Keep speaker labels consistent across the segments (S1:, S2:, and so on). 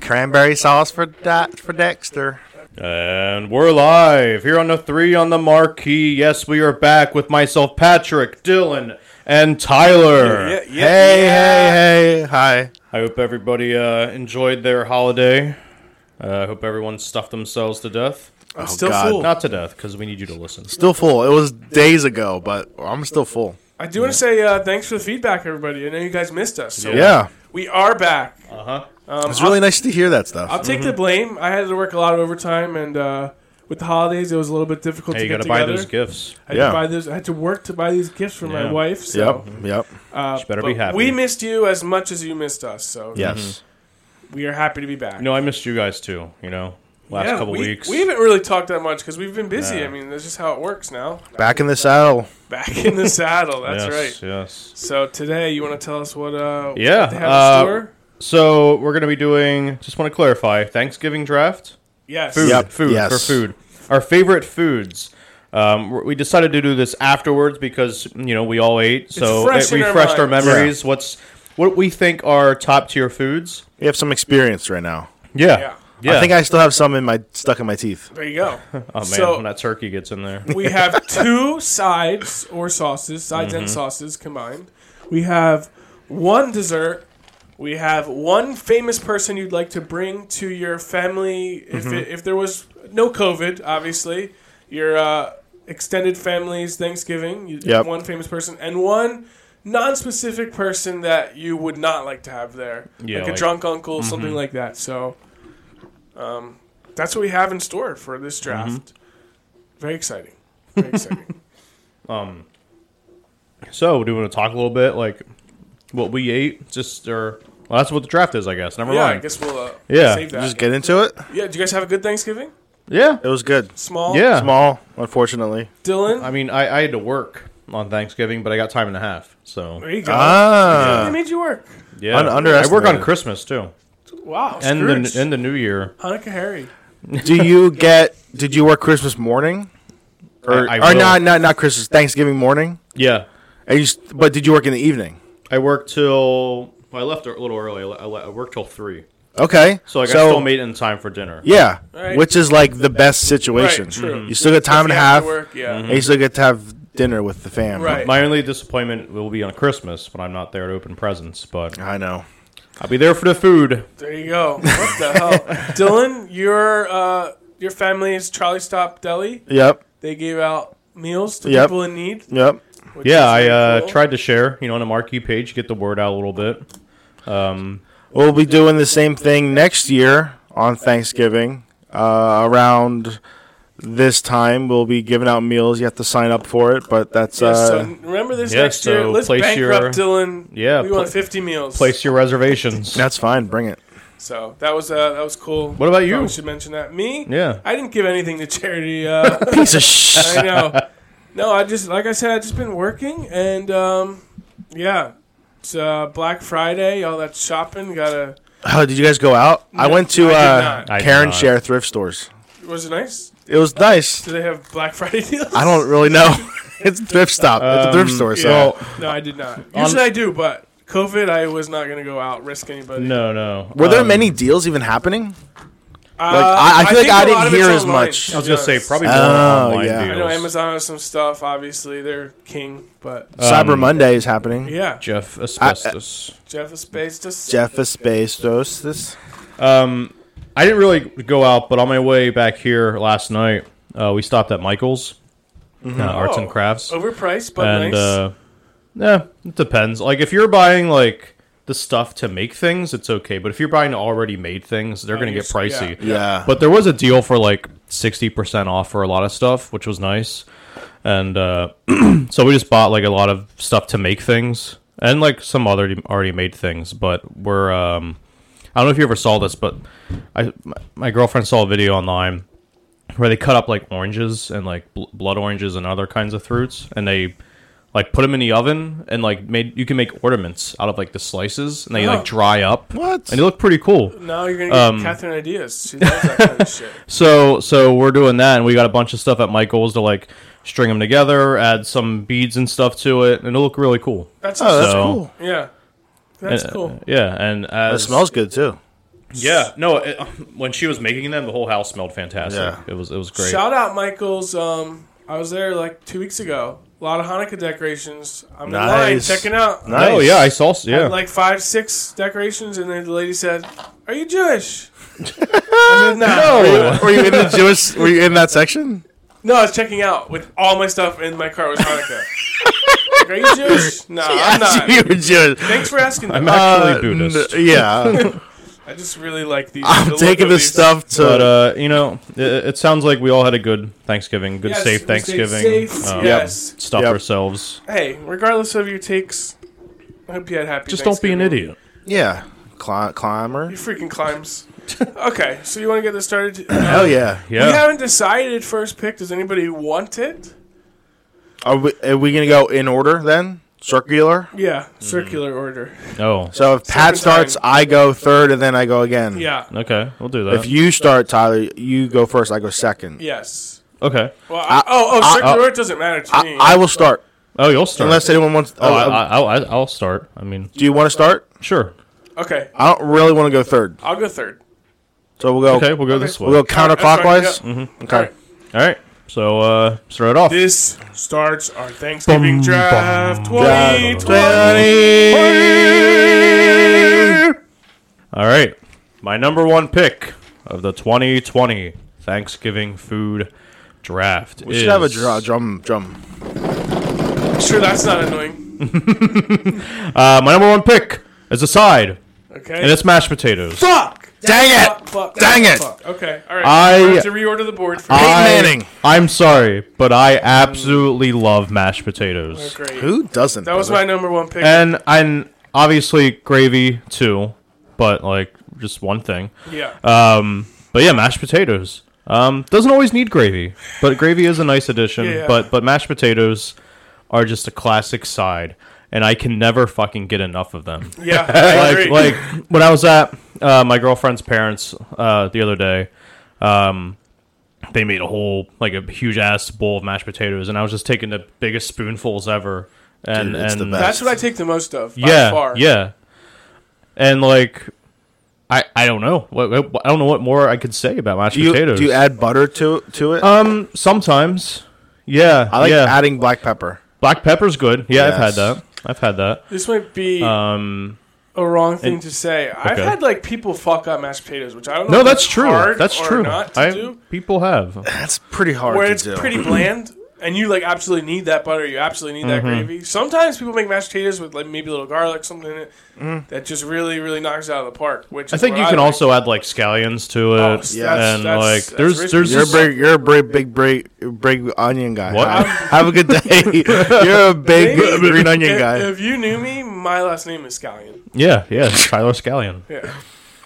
S1: Cranberry sauce for Di- for Dexter.
S2: And we're live here on the three on the marquee. Yes, we are back with myself, Patrick, Dylan, and Tyler.
S3: Yeah, yeah,
S1: Hey,
S3: yeah.
S1: hey, hey. Hi.
S2: I hope everybody uh, enjoyed their holiday. Uh, I hope everyone stuffed themselves to death.
S1: Oh,
S3: still full.
S2: Not to death, because we need you to listen.
S1: Still full. It was days ago, but I'm still full.
S3: I do want to say uh, thanks for the feedback, everybody. I know you guys missed us. So
S1: Yeah.
S3: We are back.
S2: Uh huh.
S3: Um,
S1: It's
S3: I'll,
S1: really nice to hear that
S3: I'll
S1: stuff.
S3: take
S2: Mm-hmm.
S3: the blame. I had to work a lot of overtime, and uh, with the holidays, it was a little bit difficult
S2: Hey,
S3: to
S2: you
S3: get
S2: gotta buy
S3: together.
S2: those gifts.
S3: I, had
S1: Yeah.
S3: to buy those, I had to work to buy these gifts for
S2: Yeah.
S3: my wife. So,
S1: Yep, yep.
S3: uh,
S2: She better be
S3: but
S2: happy.
S3: We missed you as much as you missed us. So
S1: Yes.
S2: Mm-hmm.
S3: we are happy to be back.
S2: You know, I missed you guys too. You know, last
S3: Yeah,
S2: couple
S3: we,
S2: weeks.
S3: We haven't really talked that much because we've been busy.
S2: Nah.
S3: I mean, that's just how it works now.
S1: Back in the saddle.
S3: Back in the saddle. That's
S2: yes,
S3: right.
S2: Yes.
S3: So today, you want to tell us what? Uh,
S2: Yeah,
S3: What they have
S2: uh,
S3: in store?
S2: So we're gonna be doing. Just want to clarify Thanksgiving draft.
S3: Yes.
S2: food,
S1: Yep,
S2: food
S1: yes.
S2: for food. Our favorite foods. Um, we- we decided to do this afterwards because you know we all ate, so
S3: fresh
S2: it
S3: in our
S2: refreshed our,
S3: minds.
S2: memories. What's what we think are top tier foods?
S1: We have some experience right now.
S2: Yeah,
S3: Yeah.
S2: yeah.
S1: I think I still have some in my stuck in my teeth.
S3: There you go.
S2: oh man,
S3: so-
S2: when that turkey gets in there,
S3: We have two sides or sauces, sides
S2: Mm-hmm.
S3: and sauces combined. We have one dessert. We have one famous person you'd like to bring to your family if,
S2: Mm-hmm.
S3: it, if there was no COVID, obviously. Your uh, extended family's Thanksgiving, you,
S1: Yep.
S3: one famous person, and one non specific person that you would not like to have there.
S2: Yeah,
S3: like, a
S2: like-
S3: drunk uncle,
S1: Mm-hmm.
S3: something like that. So um, that's what we have in store for this draft.
S1: Mm-hmm.
S3: Very exciting. Very exciting.
S2: so do you want to talk a little bit like what we ate? Just or well, that's what the draft is, I guess. Never
S3: yeah, I
S2: mind.
S3: guess we'll uh,
S2: Yeah,
S3: save that.
S1: Just get into it.
S3: yeah, do you guys have a good Thanksgiving?
S2: yeah,
S1: It was good.
S3: Small?
S2: yeah.
S1: Small, unfortunately.
S3: Dylan?
S2: I mean, I, I had to work on Thanksgiving, but I got time and a half. So
S3: there you go. they
S1: Ah.
S3: made you work.
S2: yeah,
S1: Un-
S2: I work on
S1: underestimated.
S2: Christmas too,
S3: Wow.
S2: and
S3: Scrooge.
S2: the and the New Year.
S3: Hanukkah Harry.
S1: Do you get did you work Christmas morning? Or,
S2: I- I
S1: or
S2: will.
S1: not not not Christmas, Thanksgiving morning?
S2: Yeah,
S1: And you, s- but did you work in the evening?
S2: I worked till well, I left a little early. I le- I, le- I worked till three,
S1: Okay.
S2: so like, I still made it in time for dinner.
S1: Yeah,
S3: Right.
S1: which is like the best situation.
S3: Right, true.
S1: Mm-hmm. You still get time and a
S3: You
S1: half,
S3: have
S1: Mm-hmm.
S3: to Work, yeah.
S1: and you still get to have dinner with the fam.
S3: Right.
S2: My only disappointment will be on Christmas when I'm not there to open presents, but
S1: I know.
S2: I'll be there for the food.
S3: There you go. What the hell? Dylan, your, uh, your family's Trolley Stop Deli,
S1: Yep.
S3: they gave out meals to
S1: Yep.
S3: people in need.
S1: Yep.
S3: which
S2: Yeah,
S3: is
S2: I
S3: really
S2: uh,
S3: cool.
S2: tried to share, you know, on a marquee page, get the word out a little bit. Um,
S1: We'll be doing the same thing next year on Thanksgiving. Uh, around this time, we'll be giving out meals. You have to sign up for it, but that's
S3: Yeah,
S1: uh,
S3: so remember this
S2: yeah,
S3: next year.
S2: so
S3: Let's
S2: place
S3: bankrupt
S2: your-
S3: Dylan.
S2: Yeah,
S3: we
S2: pla-
S3: want fifty meals.
S2: place your reservations.
S1: that's fine. Bring it.
S3: So that was uh, that was cool.
S2: What about you?
S3: Probably should mention that. Me?
S2: Yeah.
S3: I didn't give anything to charity. Uh,
S1: Piece of sh.
S3: I know. No, I just like I said, I just been working and um, yeah, it's uh, Black Friday, all that shopping. Got to
S1: Oh, did you guys go out? I
S3: No,
S1: went to
S3: I did
S1: uh,
S3: not.
S2: I did
S1: Karen
S2: not.
S1: Share thrift stores.
S3: was it nice?
S1: It was nice.
S3: Do they have Black Friday deals?
S1: I don't really know. it's a thrift stop. it's a thrift
S2: Um,
S1: store. So.
S2: Well,
S3: No, I did not. Usually I do, but COVID, I was not gonna go out risk anybody.
S2: no, no.
S1: Were there
S2: Um,
S1: many deals even happening?
S3: Uh,
S1: I- I feel like
S3: think
S1: I
S3: a
S1: didn't
S3: lot of it's
S1: hear as
S3: online,
S1: much.
S3: to
S2: I was
S3: be
S2: gonna say
S3: honest.
S2: probably more
S1: Oh,
S2: online
S1: yeah. I
S3: I
S2: deals.
S3: know Amazon has some stuff. Obviously, they're king, but
S1: Cyber Monday is happening.
S3: yeah,
S2: Jeff
S1: uh,
S2: asbestos.
S3: Jeff is based just
S1: Jeff Bezos. This
S2: Um, I didn't really go out, but on my way back here last night, uh, we stopped at Michael's
S1: Mm-hmm.
S2: uh, Arts and
S3: Oh.
S2: Crafts,
S3: overpriced but
S2: and
S3: nice.
S2: uh, yeah, it depends. Like if you're buying like the stuff to make things, it's okay. But if you're buying already made things, they're gonna
S3: you're
S2: get
S3: s-
S2: pricey.
S1: yeah.
S2: But there was a deal for like sixty percent off for a lot of stuff, which was nice. And uh, so we just bought like a lot of stuff to make things, and like some other already made things. But we're um, I don't know if you ever saw this, but I my- my girlfriend saw a video online where they cut up like oranges and like bl- blood oranges and other kinds of fruits, and they like put them in the oven and like made you can make ornaments out of like the slices, and they
S3: Oh.
S2: like dry up,
S1: what?
S2: and they look pretty cool.
S3: now you're gonna get Catherine ideas. She loves that kind of shit.
S2: So so we're doing that, and we got a bunch of stuff at Michael's to like string them together, add some beads and stuff to it, and it'll look really cool.
S3: That's
S1: Oh, that's
S2: So-
S1: cool.
S2: uh,
S3: yeah, that's cool.
S2: Yeah, and as
S1: That smells good too.
S2: Yeah, no. It, um, when she was making them, the whole house smelled fantastic.
S1: Yeah.
S2: It was it was great.
S3: Shout out Michaels. Um, I was there like two weeks ago. A lot of Hanukkah decorations. I'm
S1: Nice.
S3: in line checking out.
S1: Nice.
S2: Oh yeah, I saw. Yeah,
S3: Had, like five, six decorations, and then the lady said, "Are you Jewish?" I said, no. no.
S1: Were you, were you in the Jewish? Were you in that section?
S3: I was checking out with all my stuff in my car was Hanukkah. like, are you Jewish? No, I'm
S1: Yes,
S3: not.
S1: you were Jewish.
S3: Thanks for asking. Though.
S2: I'm
S1: Uh,
S2: actually Buddhist.
S1: n- yeah,
S3: I just really like these. the
S1: I'm
S3: look
S1: taking
S3: of
S1: this
S3: these.
S1: stuff to.
S2: But uh, you know, it, it sounds like we all had a good Thanksgiving, good
S3: Yes,
S2: safe
S3: we stayed
S2: Thanksgiving.
S3: safe,
S2: Um,
S3: yes.
S2: Stuff
S1: Yep.
S2: ourselves.
S3: Hey, regardless of your takes, I hope you had happy.
S2: Just don't be an
S3: Thanksgiving.
S2: idiot.
S1: yeah, Cli- climber.
S3: He freaking climbs. okay, so you want to get this started?
S1: Hell yeah.
S2: Yeah.
S3: We haven't decided first pick. Does anybody want it?
S1: Are we? Are we gonna go in order then? Circular.
S3: Yeah,
S1: Mm-hmm.
S3: circular order.
S2: Oh.
S1: So if Pat
S3: Second
S1: starts,
S3: time.
S1: I go third, and then I go again.
S3: Yeah.
S2: Okay, we'll do that.
S1: If you start, Tyler, you go first. I go second.
S3: Yes.
S2: okay.
S3: Well, I, oh, oh,
S1: I-
S3: circular
S1: I-
S3: order doesn't matter to me.
S1: I, I will start
S2: Oh, you'll start.
S1: unless anyone wants.
S2: oh,
S1: uh,
S2: I, I, I'll- I, I'll start. I mean,
S1: do you want to start?
S2: sure.
S3: okay,
S1: I don't really want to go third,
S3: I'll go third.
S1: so we'll go.
S2: Okay, we'll go this way.
S1: We'll go
S3: All right, that's fine,
S1: counterclockwise. Mm-hmm.
S3: yeah.
S1: Okay.
S3: All right.
S2: all right. So uh, start it off.
S3: This starts our Thanksgiving
S2: Bum,
S3: draft.
S1: Yeah.
S3: 2020.
S2: All right. My number one pick of the 2020 Thanksgiving food draft.
S1: We should have a
S2: is-
S1: drum, drum, drum.
S3: Sure, that's not annoying.
S2: Uh, my number one pick is a side,
S3: Okay.
S2: and it's mashed potatoes.
S3: fuck.
S1: Dang
S3: Fuck, fuck,
S1: Dang it!
S3: fuck. Okay. All right.
S2: I-
S3: We're gonna have to reorder the board for
S1: I-
S3: I,
S1: Manning.
S2: I'm sorry, but I absolutely love mashed potatoes,
S3: Great.
S1: Who doesn't?
S3: That was my
S1: brother?
S3: number one pick.
S2: and and obviously gravy too, but like just one thing.
S3: yeah.
S2: Um, but yeah, mashed potatoes. Um, doesn't always need gravy, but gravy is a nice addition.
S3: Yeah.
S2: But but mashed potatoes are just a classic side, and I can never fucking get enough of them.
S3: yeah. I agree.
S2: like like when I was at uh, my girlfriend's parents uh, the other day, um, they made a whole like a huge ass bowl of mashed potatoes, and I was just taking the biggest spoonfuls ever. And
S1: Dude, it's
S2: and
S1: the best.
S3: That's what I take the most of. By
S2: yeah,
S3: far.
S2: yeah, and like. I, I don't know. What, what- I don't know what more I could say about mashed
S1: Do you,
S2: potatoes.
S1: do you add butter to to it?
S2: um, sometimes, yeah,
S1: I like
S2: yeah.
S1: adding black pepper.
S2: Black pepper's good. Yeah, I've had
S1: Yes.
S2: that. I've had that.
S3: This might be
S2: Um,
S3: a wrong thing to say. I've
S2: okay.
S3: had like people fuck up mashed potatoes, which I don't know.
S2: no,
S3: if
S2: that's true.
S3: hard
S2: That's
S3: or
S2: true.
S3: Not to
S2: I
S3: do,
S2: people have.
S1: That's pretty hard
S3: where
S1: to
S3: it's
S1: do.
S3: pretty bland, and you like absolutely need that butter. You absolutely need that
S2: Mm-hmm.
S3: gravy. Sometimes people make mashed potatoes with like maybe a little garlic, something in it that just really, really knocks it out of the park. Which
S2: Mm. I
S3: is
S2: think
S3: what
S2: you can
S3: like.
S2: also add like scallions to it,
S3: Oh, that's- that's-
S2: and
S3: that's-
S2: like
S3: that's
S2: there's
S3: risky.
S2: there's
S1: You're a
S2: this-
S1: big, you're a big, big, big, big onion guy.
S2: What?
S1: Have, have a good day. You're a big
S3: Maybe-
S1: green onion
S3: if,
S1: guy.
S3: If you knew me, my last name is Scallion.
S2: yeah yeah it's Tyler Scallion
S3: Yeah,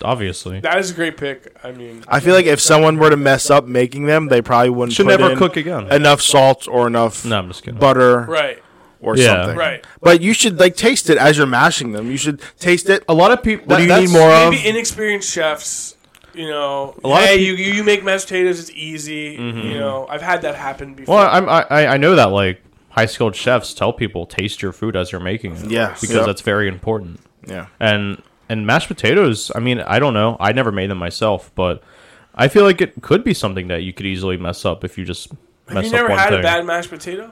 S2: obviously
S3: that is a great pick. I mean,
S1: I feel like if someone were to mess up making them, they probably wouldn't
S2: should
S1: put
S2: never
S1: in
S2: cook again.
S1: enough salt or enough
S2: no, I'm just kidding.
S1: butter
S3: right,
S1: or
S2: Yeah.
S1: something.
S3: right.
S1: But you should like taste it as you're mashing them. You should taste it.
S2: a lot of people.
S1: What do you need more of?
S3: Maybe inexperienced chefs. You know,
S2: Um, lot of
S3: hey,
S2: peop- Mm-hmm.
S3: you, you you make mashed potatoes. It's easy. You know, I've had that happen before.
S2: Well, I'm, I I- I know that like high skilled chefs tell people taste your food as you're making it.
S1: Yeah.
S2: because
S1: Yep.
S2: that's very important.
S1: Yeah.
S2: And and mashed potatoes. I mean, I don't know. I never made them myself, but I feel like it could be something that you could easily mess up if you just
S3: Have
S2: mess
S3: you
S2: up
S3: never
S2: one
S3: had
S2: thing.
S3: a bad mashed potato?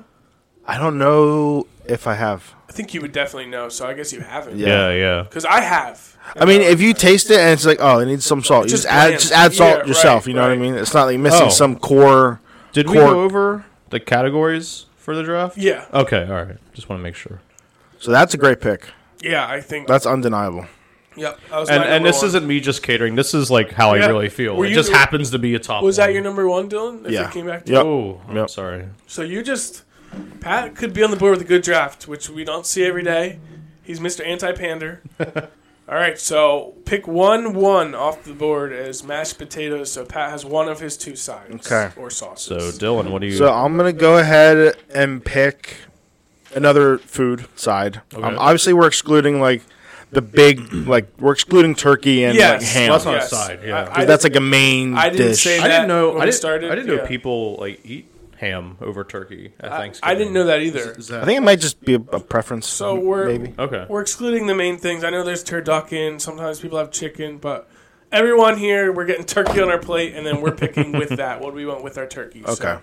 S1: I don't know if I have.
S3: I think you would definitely know. So I guess you haven't.
S1: Yeah.
S2: yeah, yeah.
S3: Because I have.
S1: I mean, if you taste it and it's like, oh, it needs some salt. You
S3: Just
S1: just, add
S3: bland.
S1: just add salt
S3: Yeah,
S1: yourself.
S3: right,
S1: you know what
S3: right.
S1: I mean? It's not like missing
S2: Oh.
S1: some core.
S2: Did we
S1: Cor-
S2: go over the categories for the draft?
S3: Yeah.
S2: Okay, all right. Just want to make sure.
S1: So that's a great pick.
S3: Yeah, I think.
S1: That's undeniable.
S3: yep. That was
S2: And
S3: my
S2: and
S3: number
S2: this
S3: one.
S2: isn't me just catering. This is like how
S3: Yeah.
S2: I really feel.
S3: Were
S2: it
S3: you-
S2: just happens to be a top.
S3: Was that
S2: one.
S3: your number one, Dylan? If
S1: Yeah.
S3: It came back to
S1: Yep.
S2: Oh, I'm
S1: Yep.
S2: sorry.
S3: So you just. Pat could be on the board with a good draft, which we don't see every day. He's Mr. Anti Pander. All right, so pick one one off the board as mashed potatoes. So Pat has one of his two sides
S1: Okay.
S3: or sauces.
S2: So Dylan, what do you?
S1: So I'm gonna go ahead and pick another food side. Um, obviously, we're excluding like the big, like we're excluding turkey and
S3: yes,
S1: like ham.
S2: Well, that's not a
S3: yes.
S2: side, yeah.
S3: I-
S2: 'Cause
S3: I,
S1: Because that's like a main
S3: I didn't
S1: dish.
S3: say
S2: I
S3: that
S2: didn't know.
S3: when
S2: I
S3: we
S2: didn't,
S3: started,
S2: I didn't know
S3: yeah.
S2: people like eat ham over turkey at Thanksgiving.
S3: I didn't know that either.
S1: I think it might just be a, a preference.
S3: So we're
S1: maybe
S2: Okay.
S3: We're excluding the main things. I know there's turducken. Sometimes people have chicken, but everyone here, we're getting turkey on our plate, and then we're picking with that what we want with our turkey. So,
S1: Okay.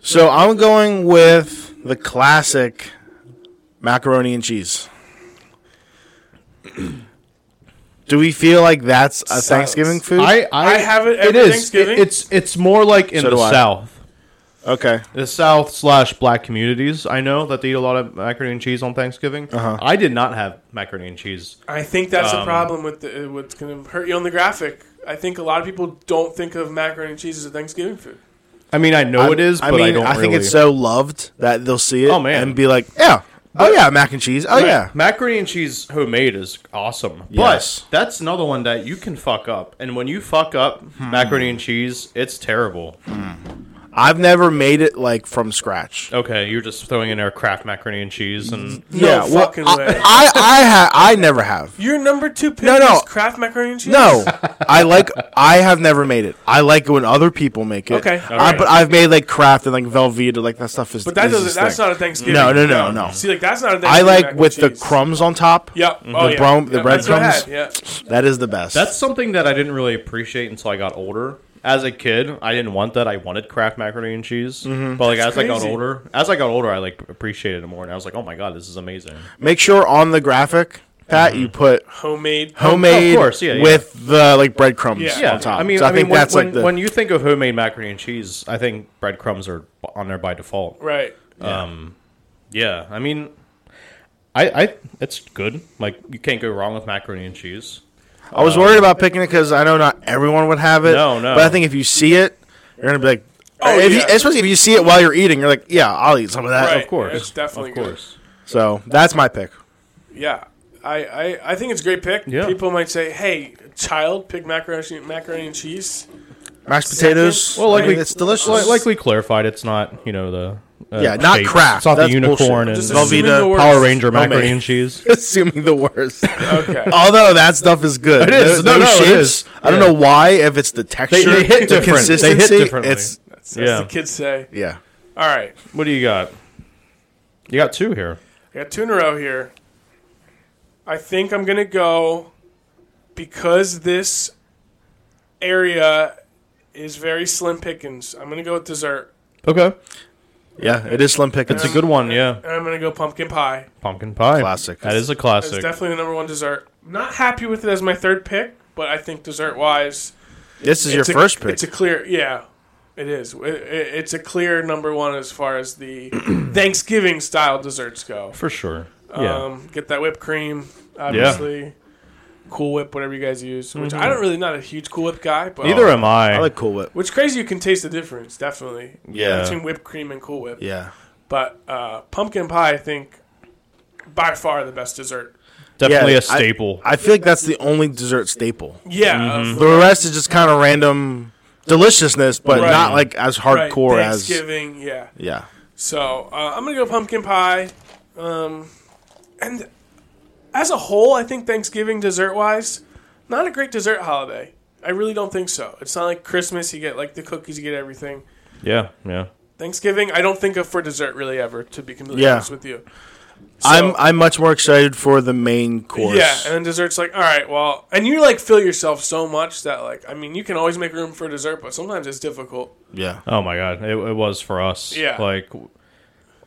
S1: So I'm going with the classic macaroni and cheese. Do we feel like that's a
S3: Silence.
S1: Thanksgiving food?
S2: I, I,
S3: I have it every
S2: is.
S3: Thanksgiving.
S2: It- it's it's more like in
S1: So
S2: the
S1: do I.
S2: South,
S1: okay.
S2: the South slash Black communities. I know that they eat a lot of macaroni and cheese on Thanksgiving.
S1: Uh-huh.
S2: I did not have macaroni and cheese.
S3: I think that's the
S2: Um,
S3: problem with the, uh, what's going to hurt you on the graphic. I think a lot of people don't think of macaroni and cheese as a Thanksgiving food.
S2: I mean, I know
S1: I'm-
S2: it is, but I,
S1: mean,
S2: don't.
S1: I think
S2: really.
S1: it's so loved that they'll see it
S2: Oh, man.
S1: and be like, yeah, oh yeah, mac and cheese. Oh
S2: Ma-
S1: yeah,
S2: macaroni and cheese homemade is awesome.
S1: Yes.
S2: But that's another one that you can fuck up, and when you fuck up
S1: Hmm.
S2: macaroni and cheese, it's terrible.
S1: I've never made it like from scratch.
S2: Okay, you're just throwing in our Kraft macaroni and cheese, and
S3: No
S1: yeah, well,
S3: fucking
S1: I,
S3: way.
S1: I I ha- I never have.
S3: Your number two pick
S1: No, no.
S3: is Kraft macaroni and cheese.
S1: No, I like I have never made it. I like when other people make it.
S3: Okay.
S1: I-
S2: Alright.
S1: but I've made like Kraft and like Velveeta, like that stuff is.
S3: but that
S1: is
S3: doesn't.
S1: his
S3: That's
S1: thing.
S3: not a Thanksgiving.
S1: No, no, no, no.
S3: See, like that's not a
S1: I
S3: Thanksgiving. mac
S1: like
S3: and
S1: with the
S3: cheese.
S1: crumbs on top.
S3: Yep. Oh,
S1: The
S3: yeah.
S1: brom- the
S3: Yeah, that's what I
S1: breadcrumbs.
S3: had, Yeah.
S1: that is the best.
S2: that's something that I didn't really appreciate until I got older. As a kid, I didn't want that. I wanted Kraft macaroni and cheese,
S1: Mm-hmm.
S2: but like as I got
S3: crazy.
S2: older, as I got older, I like appreciated it more, and I was like, oh my god, this is amazing.
S1: Make sure on the graphic, Pat, you put
S3: Homemade.
S1: homemade
S2: Oh, course, yeah, yeah.
S1: with the like breadcrumbs
S3: Yeah.
S2: Yeah,
S1: on top.
S2: I mean,
S1: So I,
S2: I,
S1: think
S2: mean, when,
S1: that's
S2: when,
S1: like the
S2: when you think of homemade macaroni and cheese, I think breadcrumbs are on there by default.
S3: Right.
S2: Yeah, I mean, I, I it's good. Like you can't go wrong with macaroni and cheese.
S1: I was worried about picking it because I know not everyone would have it.
S2: No, no.
S1: But I think if you see it, you're gonna be like,
S3: Oh,
S1: if
S3: yeah.
S1: you, especially if you see it while you're eating, you're like, yeah, I'll eat some of that.
S3: Right.
S2: Of course,
S3: It's definitely
S2: of
S3: good.
S2: course.
S1: So that's my pick.
S3: Yeah. I, I, I think it's a great pick.
S2: Yeah.
S3: People might say, "Hey, child, pick macaroni macaroni and cheese."
S1: Mashed potatoes.
S2: Well, like
S1: I mean,
S2: we-
S1: it's delicious.
S2: Like, like we clarified, it's not you know the uh,
S1: Yeah, not
S2: shape.
S1: Kraft.
S2: It's not
S1: That's
S2: the unicorn
S1: bullshit.
S2: and
S3: Just
S1: Velveeta
S3: assuming the worst.
S2: Power Ranger
S1: Homemade.
S2: macaroni and cheese.
S1: assuming the worst.
S3: Okay.
S1: Although that stuff is good.
S2: It is. No, no, it
S1: shapes.
S2: is.
S1: I don't
S2: Yeah.
S1: know why. If it's the texture,
S2: they hit
S1: the
S2: different. They hit
S1: consistency,
S2: differently.
S1: It's
S3: That's
S2: Yeah.
S3: what the kids say.
S1: yeah.
S3: All right.
S2: What do you got? You got two here.
S3: I got two in a row here. I think I'm gonna go because this area is very slim pickings. I'm gonna go with dessert,
S2: Okay,
S1: Yeah, it is slim pickings.
S2: it's a good one. Um, Yeah,
S3: and I'm gonna go pumpkin pie.
S2: pumpkin pie.
S1: Classic.
S2: That is a
S3: It's
S2: classic.
S3: definitely the number one dessert. Not happy with it as my third pick, but I think dessert wise,
S1: This is your
S3: It's a-
S1: first pick.
S3: It's a clear, yeah, it is. It, it- it's a clear number one as far as the Thanksgiving style desserts go.
S2: for sure. Yeah.
S3: Um, get that whipped cream, obviously. Cool Whip, whatever you guys use. Which
S1: Mm-hmm.
S3: I don't really not a huge Cool Whip guy, but
S2: Neither am I.
S1: I like Cool Whip.
S3: Which crazy, you can taste the difference, definitely.
S2: Yeah.
S3: between whipped cream and Cool Whip.
S1: Yeah.
S3: But uh, pumpkin pie, I think, by far the best dessert.
S2: Definitely
S1: Yeah,
S2: a staple.
S1: I feel like that's the only dessert staple.
S3: Yeah, of-
S1: The rest is just kind of random deliciousness, but
S3: Right.
S1: not like as
S3: right,
S1: hardcore as
S3: Thanksgiving. Yeah,
S1: yeah.
S3: So uh, I'm gonna go pumpkin pie, um, and as a whole, I think Thanksgiving dessert wise, not a great dessert holiday. I really don't think so. It's not like Christmas; you get like the cookies, you get everything.
S2: yeah, yeah.
S3: Thanksgiving, I don't think of for dessert really ever. To be completely
S1: Yeah.
S3: honest with you,
S1: I'm I'm much more excited for the main course.
S3: yeah. And then dessert's like, all right, well, and you like fill yourself so much that like, I mean, you can always make room for dessert, but sometimes it's difficult.
S1: yeah.
S2: Oh my god, it, it was for us.
S3: Yeah.
S2: Like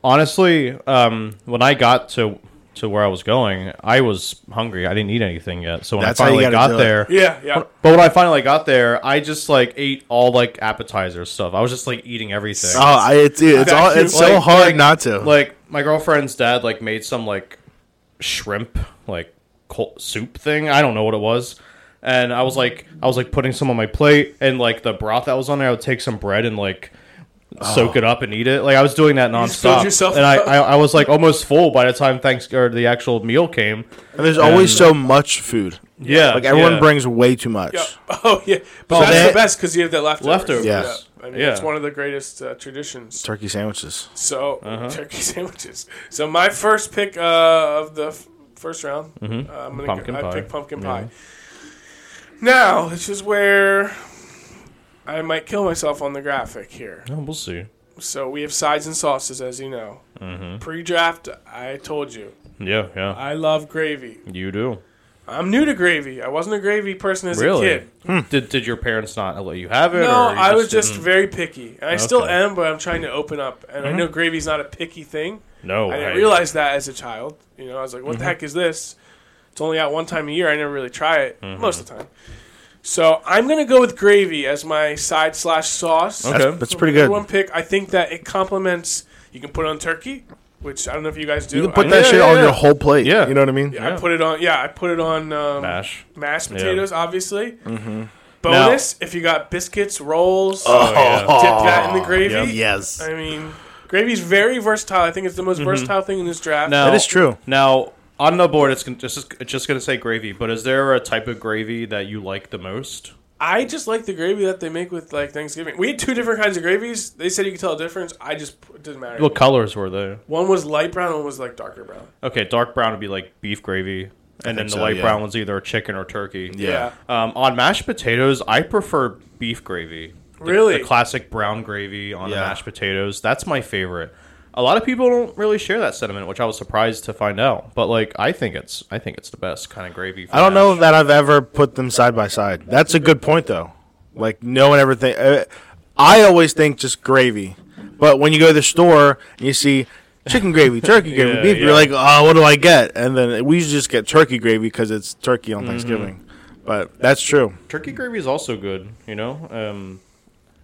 S2: honestly, um, when I got to to where I was going, I was hungry. I didn't eat anything yet. So when
S1: That's
S2: I
S1: how you
S2: finally
S1: gotta
S2: got
S1: do it.
S2: there,
S3: Yeah, yeah.
S2: but when I finally got there, I just like ate all like appetizer stuff. I was just like eating everything.
S1: Oh, I, it's dude, it's all,
S3: Vacuum.
S1: it's so
S2: Like-
S1: hard
S2: like-
S1: not to.
S2: Like my girlfriend's dad like made some like shrimp like cold soup thing. I don't know what it was. And I was like I was like putting some on my plate and like the broth that was on there, I would take some bread and like
S1: Oh.
S2: soak it up and eat it. Like I was doing that
S3: just filled
S2: nonstop.
S3: yourself
S2: and I,
S3: up.
S2: I I was like almost full by the time thanks or the actual meal came.
S1: and there's always so much food.
S2: Yeah.
S1: Like everyone
S2: yeah.
S1: brings way too much.
S3: Yeah. Oh yeah, but that's
S1: that-
S3: the best because you have that leftovers.
S2: Leftovers.
S1: Yes.
S3: Yeah. I mean,
S2: Yeah.
S3: it's one of the greatest uh, traditions.
S1: Turkey sandwiches.
S3: So
S2: Uh-huh.
S3: turkey sandwiches. So my first pick uh, of the f- first round, uh, I'm gonna
S2: Mm-hmm. Pumpkin
S3: go, I
S2: pie.
S3: pick pumpkin
S2: Yeah.
S3: pie. Now this is where I might kill myself on the graphic here.
S2: Oh, we'll see.
S3: So we have sides and sauces, as you know.
S2: Mm-hmm.
S3: Pre-draft, I told you
S2: Yeah, yeah.
S3: I love gravy.
S2: You do.
S3: I'm new to gravy. I wasn't a gravy person as a
S2: Really? Hmm.
S3: kid.
S2: Did did your parents not let you have it?
S3: No,
S2: or you
S3: I was
S2: didn't-
S3: just very picky, and I still
S2: Okay. Mm-hmm.
S3: am. But I'm trying to open up, and I know gravy's not a picky thing.
S2: no.
S3: I didn't realize that as a child. You know, I was like,
S2: Mm-hmm.
S3: "What the heck is this?" It's only out one time a year. I never really try it
S2: Mm-hmm.
S3: most of the time. So I'm gonna go with gravy as my side slash sauce.
S2: Okay.
S1: That's, that's pretty good.
S3: One pick. I think that it complements. You can put it on turkey, which I don't know if you guys do.
S1: You can
S3: I
S1: put
S3: know-
S1: that
S2: yeah,
S1: shit
S2: yeah,
S1: on
S2: yeah.
S1: your whole plate.
S2: Yeah.
S1: You know what I mean?
S3: I put it on. Yeah, I put it on um,
S2: mash.
S3: mashed potatoes, obviously. Mm-hmm.
S2: Now-
S3: Bonus if you got biscuits, rolls,
S2: Oh, yeah.
S3: dip that in the gravy.
S2: Yep.
S1: Yes.
S3: I mean, gravy's very versatile. I think it's the most
S2: Mm-hmm.
S3: versatile thing in this draft.
S2: Now,
S1: That is true.
S2: Now on the board, it's gon- just it's just gonna say gravy. But is there a type of gravy that you like the most?
S3: I just like the gravy that they make with like Thanksgiving. We had two different kinds of gravies. They said you could tell the difference. I just it doesn't matter.
S2: What colors were there?
S3: one was light brown, one was like darker brown.
S2: Okay, dark brown would be like beef gravy, and then
S4: think
S2: the
S4: so,
S2: light
S4: yeah.
S2: brown one's either chicken or turkey.
S4: Yeah.
S2: Um, on mashed potatoes, I prefer beef gravy. The-
S3: Really?
S2: the classic brown gravy on the
S4: Yeah.
S2: mashed potatoes. That's my favorite. A lot of people don't really share that sentiment, which I was surprised to find out. But like, I think it's I think it's the best kind of gravy. For
S1: I don't know
S2: mash.
S1: that I've ever put them side by side. That's a good point, though. Like no one ever think. Uh, I always think just gravy, but when you go to the store and you see chicken gravy, turkey gravy,
S2: Yeah,
S1: beef,
S2: yeah.
S1: you're like, oh, what do I get? And then we usually just get turkey gravy because it's turkey
S2: Mm-hmm.
S1: on Thanksgiving. But that's true.
S2: Turkey gravy is also good. You know, um,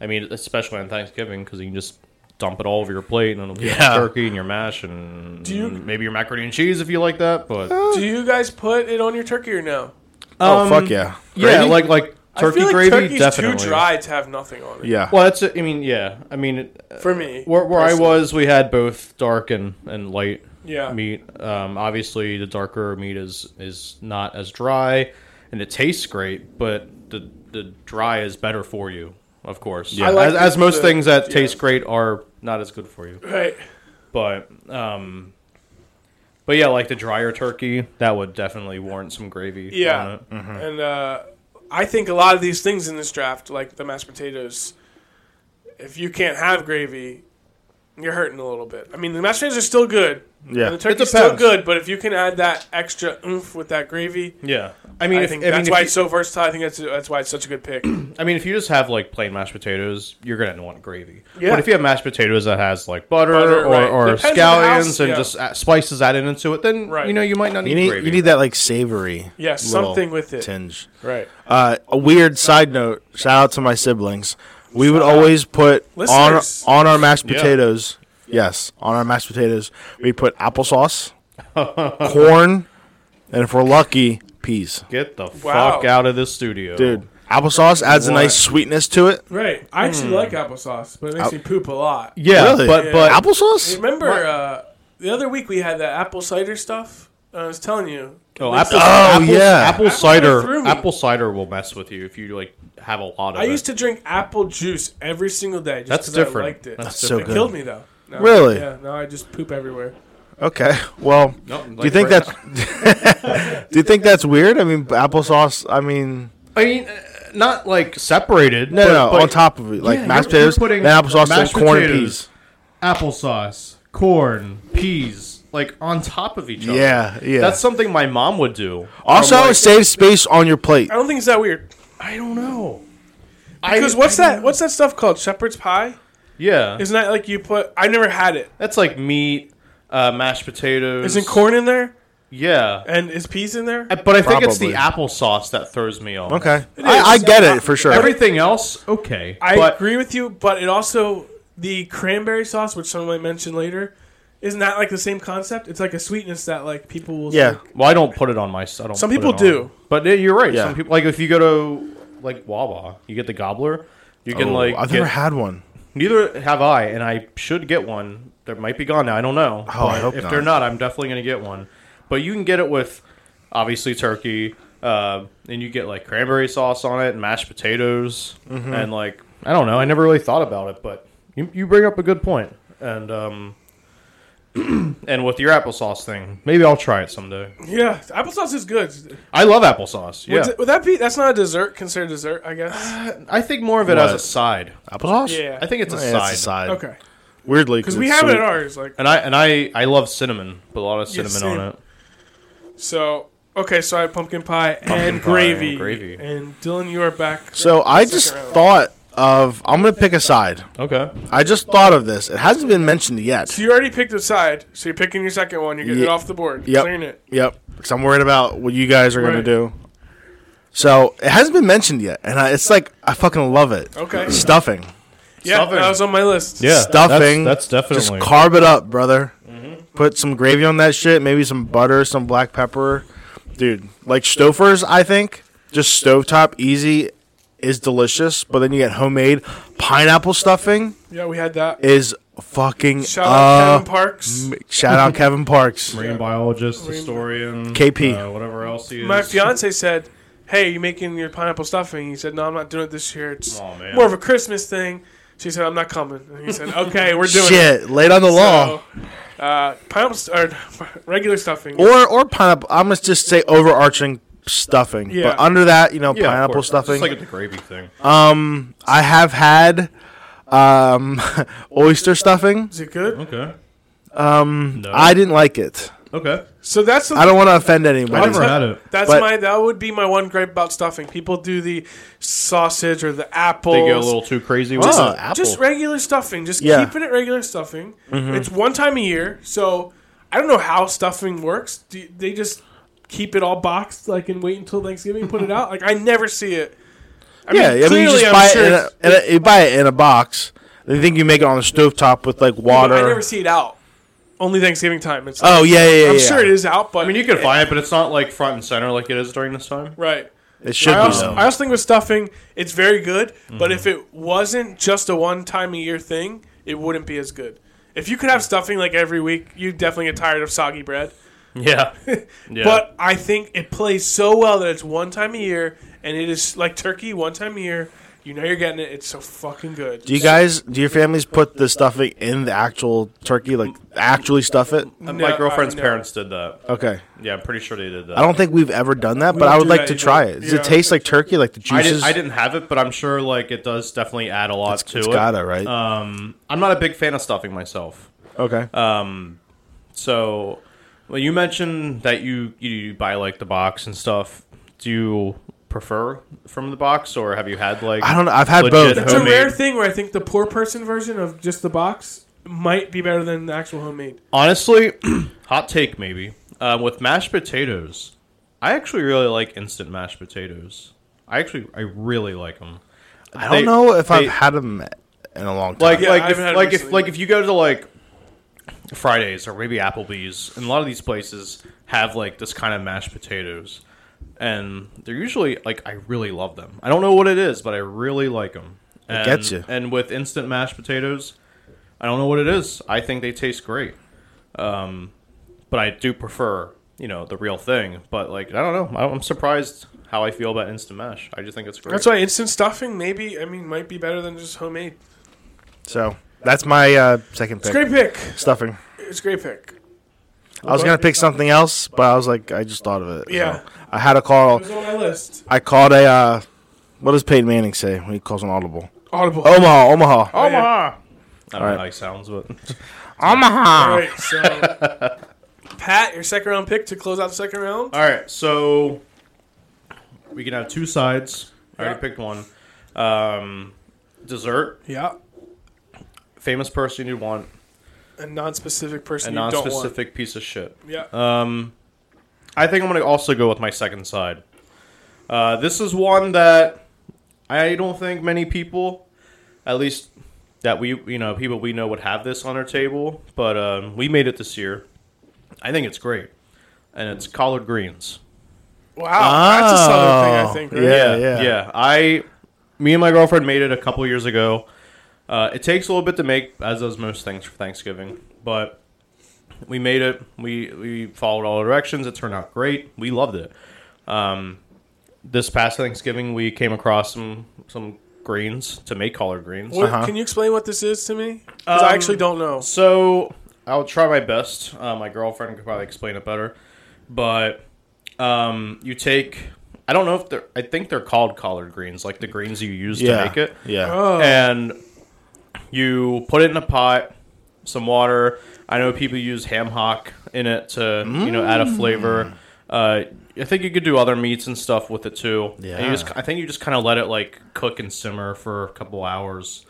S2: I mean, especially on Thanksgiving because you can just dump it all over your plate and it'll be
S4: Yeah.
S2: turkey and your mash and
S3: Do you-
S2: maybe your macaroni and cheese if you like that. But
S3: Do you guys put it on your turkey or no?
S1: oh fuck yeah,
S2: Um, yeah,
S1: Gravy?
S2: like like turkey
S3: I feel like
S2: gravy
S3: turkey's
S2: definitely.
S3: too dry to have nothing on it.
S1: yeah.
S2: Well, that's I mean, yeah, I mean. It,
S3: For me,
S2: Where, where I
S3: personally.
S2: was, we had both dark and, and light
S3: Yeah.
S2: meat. Um, obviously, the darker meat is is not as dry, and it tastes great, but the the dry is better for you, of course.
S3: I like
S2: as, as most
S3: the-
S2: things that
S3: yeah.
S2: taste great are not as good for you.
S3: Right.
S2: But um, but yeah, like the drier turkey, that would definitely warrant some gravy. on
S3: Yeah.
S2: it. Mm-hmm.
S3: And uh, I think a lot of these things in this draft, like the mashed potatoes, if you can't have gravy, you're hurting a little bit. I mean, the mashed potatoes are still good.
S1: Yeah.
S3: And the turkey's still
S2: depends.
S3: good, but if you can add that extra oomph with that gravy,
S2: yeah. I mean,
S3: I
S2: if,
S3: think
S2: I mean,
S3: that's
S2: if
S3: why
S2: you-
S3: it's so versatile. I think that's that's why it's such a good pick.
S2: I mean, if you just have like plain mashed potatoes, you're gonna want gravy.
S3: Yeah.
S2: But if you have mashed potatoes that has like butter,
S3: Butter,
S2: or,
S3: right.
S2: or
S3: Depends on the house,
S2: scallions and
S3: yeah.
S2: just uh, spices added into it, then
S3: Right.
S2: you know you might not need,
S1: you need
S2: gravy.
S1: you need that like savory.
S3: Yeah,
S1: little
S3: something with it.
S1: tinge.
S3: right.
S1: Uh, a weird side note. Shout out to my siblings. We would always put on
S3: Listeners.
S1: on our mashed
S2: Yeah.
S1: potatoes. Yes, on our mashed potatoes, we put applesauce, corn, and if we're lucky, peas.
S2: Get the
S3: Wow.
S2: fuck out of this studio,
S1: Dude, applesauce adds a
S2: What?
S1: nice sweetness to it.
S3: Right. I actually like applesauce, but it makes me poop a lot.
S2: Hmm. Yeah,
S1: Really?
S2: but but
S1: Applesauce?
S3: Remember uh, the other week we had that apple cider stuff? I was telling you.
S2: oh, apple,
S1: Oh,
S2: apple,
S1: yeah.
S2: apple
S3: threw
S2: cider,
S3: me.
S2: apple cider will mess with you if you like have a lot of.
S3: I
S2: it.
S3: used to drink apple juice every single day. Just
S2: That's
S3: 'cause
S2: different.
S3: I liked it.
S2: That's
S1: That's so
S3: it
S1: different. good.
S3: killed me though. No,
S1: Really?
S3: Yeah. Now I just poop everywhere.
S1: Okay. Well,
S2: No,
S1: do you
S2: like
S1: think
S2: right
S1: that's do you think that's weird? I mean, applesauce. I mean,
S2: I mean, uh, not like separated.
S1: no,
S2: but,
S1: no,
S2: but
S1: on top of it, like
S2: Yeah,
S1: mashed
S2: you're- you're
S1: potatoes,
S2: putting
S1: then applesauce, then
S2: mashed
S1: corn, and peas.
S2: potatoes. applesauce, corn, peas, like on top of each other.
S1: Yeah, yeah.
S2: That's something my mom would do.
S1: also,
S2: I'm like,
S1: it saves space on your plate.
S3: I don't think it's that weird.
S2: I don't know.
S3: Because what's that? What's that stuff called? Shepherd's pie?
S2: Yeah,
S3: Isn't that like you put? I never had it.
S2: that's like meat, uh, mashed potatoes.
S3: Isn't corn in there?
S2: Yeah,
S3: And is peas in there?
S2: Uh, but I think it's the
S1: Probably.
S2: applesauce that throws me off.
S1: Okay,
S3: is.
S1: I, I get it for sure.
S2: Everything else, okay.
S3: I
S2: but
S3: agree with you, but it also the cranberry sauce, which someone might mention later, isn't that like the same concept? It's like a sweetness that like people will.
S1: yeah,
S2: well, I don't put it on my. I don't.
S3: Some
S2: put
S3: people
S2: it on.
S3: do.
S2: but yeah, you're right.
S1: Yeah.
S2: Some people like if you go to like Wawa, you get the gobbler. You can
S1: Oh,
S2: like
S1: I've
S2: get-
S1: never had one.
S2: Neither have I, and I should get one. They might be gone now. I don't know.
S1: Oh, I
S2: But
S1: hope
S2: if
S1: not.
S2: they're not, I'm definitely going to get one. But you can get it with obviously turkey, uh, and you get like cranberry sauce on it and mashed potatoes,
S1: Mm-hmm.
S2: and like I don't know. I never really thought about it, but you, you bring up a good point. And um, and with your applesauce thing, maybe I'll try it someday.
S3: Yeah, applesauce is good.
S2: I love applesauce. Yeah,
S3: Would, would that be? That's not a dessert. Considered dessert, I
S1: Uh,
S3: guess.
S2: I think more of it as a
S1: What?
S2: side.
S1: Applesauce?
S3: Yeah.
S2: I think it's a,
S1: Yeah,
S2: side.
S1: It's a side.
S3: Okay,
S1: Weirdly,
S3: because we have it at ours. Like
S2: And I and I I love cinnamon. Put a lot of
S3: Yeah,
S2: cinnamon
S3: same.
S2: on it.
S3: so, Okay, so I have pumpkin pie and
S2: pie
S3: gravy.
S2: and gravy.
S3: And Dylan, you are back.
S1: So I
S3: Second
S1: just
S3: round.
S1: thought of. I'm gonna pick a side.
S2: Okay.
S1: I just thought of this. It hasn't been mentioned yet.
S3: So you already picked a side, so you're picking your second one. You're getting
S1: Ye-
S3: it off the board.
S1: Yep.
S3: Clearing it.
S1: Yep. Because I'm worried about what you guys are gonna
S3: Right.
S1: do. So it hasn't been mentioned yet, and I, it's like I fucking love it.
S3: Okay.
S1: Stuffing.
S3: Yeah,
S2: Stuffing.
S3: that was on my list.
S2: Yeah.
S1: Stuffing.
S2: That's, that's definitely.
S1: Just carve it up, brother.
S3: Mm-hmm.
S1: Put some gravy on that shit. Maybe some butter, some black pepper. Dude, like Stouffer's, I think just stovetop easy is delicious. But then you get homemade pineapple stuffing
S3: Yeah, we had that.
S1: is fucking
S3: Shout out Kevin
S1: uh,
S3: Parks.
S1: shout out Kevin Parks.
S2: Marine biologist,
S3: Marine-
S2: historian,
S1: KP.
S2: uh, whatever else he is.
S3: My fiance said, "Hey, you making your pineapple stuffing?" He said, "No, I'm not doing it this year. It's
S2: Aw, man.
S3: more of a Christmas thing." She said, "I'm not coming." And he said, "Okay, we're doing it."
S1: Shit, laid on the law.
S3: So, uh, pineapple st- or regular stuffing.
S1: Or or pineapple. I'm gonna just say overarching stuffing.
S3: Yeah.
S1: But under that, you know,
S2: Yeah, of
S1: pineapple
S2: course.
S1: stuffing.
S2: It's like a gravy thing.
S1: um, I have had um oyster stuffing.
S3: Is it good?
S2: okay.
S1: Um,
S2: No.
S1: I didn't like it.
S2: Okay.
S3: So that's the
S1: I don't want to offend anybody.
S2: I've never had it.
S3: That's
S1: But-
S3: my that would be my one gripe about stuffing. People do the sausage or the apple.
S2: They go a little too crazy with
S1: Just-
S2: it.
S1: apple.
S3: Just regular stuffing. Just
S1: Yeah. Mm-hmm.
S3: keeping it regular stuffing. It's one time a year, so I don't know how stuffing works. Do, they just keep it all boxed, like, and wait until Thanksgiving and put it out. Like, I never see it. I
S1: yeah, I mean, you just buy it in
S3: it's-
S1: a, in a, you buy it in a box. They think you make it on the stovetop with like
S3: but
S1: water.
S3: I never see it out. Only Thanksgiving time. It's
S1: oh yeah, yeah, yeah.
S3: I'm
S1: yeah.
S3: sure it is out, but
S2: I mean, you can buy it, but it's not like front and center like it is during this time.
S3: right.
S1: It should
S3: I
S1: be.
S3: also,
S1: Though. Mm-hmm.
S3: I also think with stuffing, it's very good, but if it wasn't just a one time a year thing, it wouldn't be as good. If you could have stuffing like every week, you'd definitely get tired of soggy bread.
S2: Yeah. yeah.
S3: But I think it plays so well that it's one time a year, and it is like turkey one time a year. You know you're getting it. It's so fucking good.
S1: Do you guys? Do your families put the stuffing in the actual turkey? Like actually stuff it?
S3: No,
S2: my
S3: I-
S2: girlfriend's
S3: no.
S2: parents did that.
S1: Okay.
S2: Yeah, I'm pretty sure they did that.
S1: I don't think we've ever done that, but
S3: don't
S1: I would
S3: do
S1: like
S3: that
S1: to
S3: either.
S1: try it. Does
S3: Yeah.
S1: it taste like turkey? Like the
S2: I,
S1: juices?
S2: did, I didn't have it, but I'm sure like it does definitely add a lot to
S1: It's
S2: it.
S1: gotta right.
S3: Uh,
S2: Um, I'm not a big fan of stuffing myself.
S1: okay.
S2: So, well, you mentioned that you you buy like the box and stuff. Do you prefer from the box, or have you had like
S1: I don't know. I've had
S2: legit
S1: both.
S3: It's a rare
S2: homemade?
S3: thing where I think the poor person version of just the box might be better than the actual homemade.
S2: Honestly, hot take maybe. Um, with mashed potatoes, I actually really like instant mashed potatoes. I actually I really like them.
S1: I don't know if I've had them in a long time.
S2: like
S3: Yeah, I
S2: like if,
S3: haven't had it
S2: like if
S3: recently.
S2: like if you go to like Fridays or maybe Applebee's, and a lot of these places have like this kind of mashed potatoes, and they're usually like I really love them. I don't know what it is, but I really like them. And,
S1: gets you.
S2: And with instant mashed potatoes, I don't know what it is. I think they taste great, um, but I do prefer you know the real thing. But like I don't know, I- I'm surprised how I feel about instant mash. I just think it's great.
S3: That's why instant stuffing maybe I mean might be better than just homemade.
S1: so that's my uh, second
S3: It's
S1: pick.
S3: a great pick.
S1: Stuffing.
S3: It's a great pick.
S1: I was gonna pick something else, but I was like, I just thought of it.
S3: Yeah.
S1: So, I had a
S3: It
S1: call.
S3: was on my list.
S1: I called a. Uh, what does Peyton Manning say when he calls an audible?
S3: Audible. Oh,
S1: Omaha, Oh, Omaha,
S2: Omaha. I don't know
S1: Alright.
S2: how he sounds, but.
S3: All
S1: Omaha.
S3: right, so Pat, your second round pick to close out the second round.
S2: All right, so we can have two sides. I
S3: Yeah.
S2: already picked one. Um, dessert,
S3: Yeah,
S2: famous person you'd want,
S3: a non-specific
S2: a
S3: person you don't want.
S2: non-specific piece of shit.
S3: Yeah,
S2: I think I'm going to also go with my second side. Uh, this is one that I don't think many people, at least that we you know people we know would have this on their table, but um, we made it this year. I think it's great, and it's collard greens.
S3: wow, that's a southern thing I
S1: Oh,
S3: think. Right?
S1: yeah.
S2: yeah, yeah. I, me and my girlfriend made it a couple years ago. Uh, it takes a little bit to make, as does most things for Thanksgiving, but we made it. We we followed all directions. It turned out great. We loved it. Um, this past Thanksgiving, we came across some some greens to make collard greens.
S3: What,
S1: Uh-huh.
S3: Can you explain what this is to me? 'Cause I actually don't know.
S2: So I'll try my best. Uh, my girlfriend could probably explain it better, but um, you take. I don't know if they're. I think they're called collard greens, like the greens you use
S1: Yeah.
S2: to make it.
S1: Yeah.
S3: Oh,
S2: And you put it in a pot, some water. I know people use ham hock in it to you know add a flavor. Uh, I think you could do other meats and stuff with it too. And you just,
S1: Yeah.
S2: I think you just kind of let it like cook and simmer for a couple hours.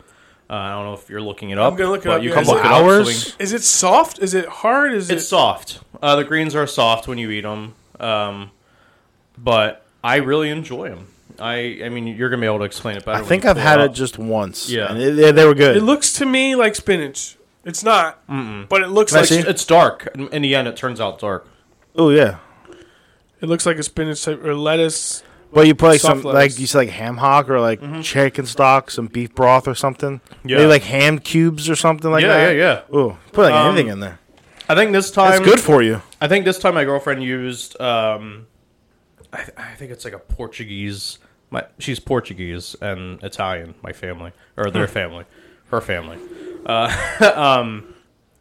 S2: Uh, I don't know if you're looking it up.
S3: gonna look it
S2: but
S3: up,
S2: You
S3: yeah.
S2: can
S3: Couple
S2: look it up so we
S1: hours?
S2: can-
S3: Is it soft? Is it hard? Is
S2: it's
S3: it?
S2: soft. Uh, the greens are soft when you eat them, um, but I really enjoy them. I, I mean, you're gonna be able to explain it better.
S1: I
S2: when
S1: think
S2: you
S1: I've
S2: pull
S1: had
S2: up.
S1: it just once.
S2: Yeah.
S1: and it- they, they were good.
S3: It looks to me like spinach. It's not, but it looks
S1: Can I
S3: like
S1: see?
S2: It's, it's dark. In, in the end, it turns out dark.
S1: oh yeah,
S3: it looks like a spinach type or lettuce.
S1: but you put like
S3: Soft
S1: some
S3: lettuce.
S1: like you said like ham hock or like chicken stock, some beef broth or something.
S2: Yeah.
S1: Maybe like ham cubes or something like
S2: yeah,
S1: that.
S2: yeah, yeah.
S1: yeah. Ooh, put like
S2: Um,
S1: anything in there.
S2: I think this time
S1: That's good for you.
S2: I think this time my girlfriend used. Um, I, I think it's like a Portuguese. My she's Portuguese and Italian. My family or
S1: Hmm.
S2: their family, her family. Uh, um,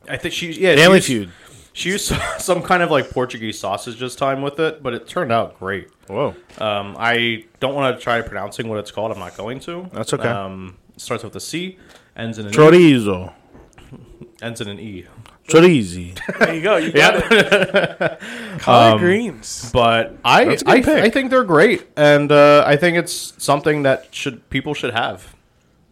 S2: I think she yeah she
S1: Family
S2: used-
S1: Feud.
S2: She used some kind of like Portuguese sausage this time with it, but it turned out great.
S1: Whoa.
S2: Um, I don't want to try pronouncing what it's called. I'm not going to.
S1: That's okay.
S2: Um, it starts with a C, ends in an e,
S1: Chorizo.
S2: ends in an E.
S1: Chorizo.
S3: There you go. You got it.
S1: Um,
S3: Collard greens.
S2: but I
S1: a good
S2: I,
S1: pick.
S2: I think they're great, and uh, I think it's something that should people should have.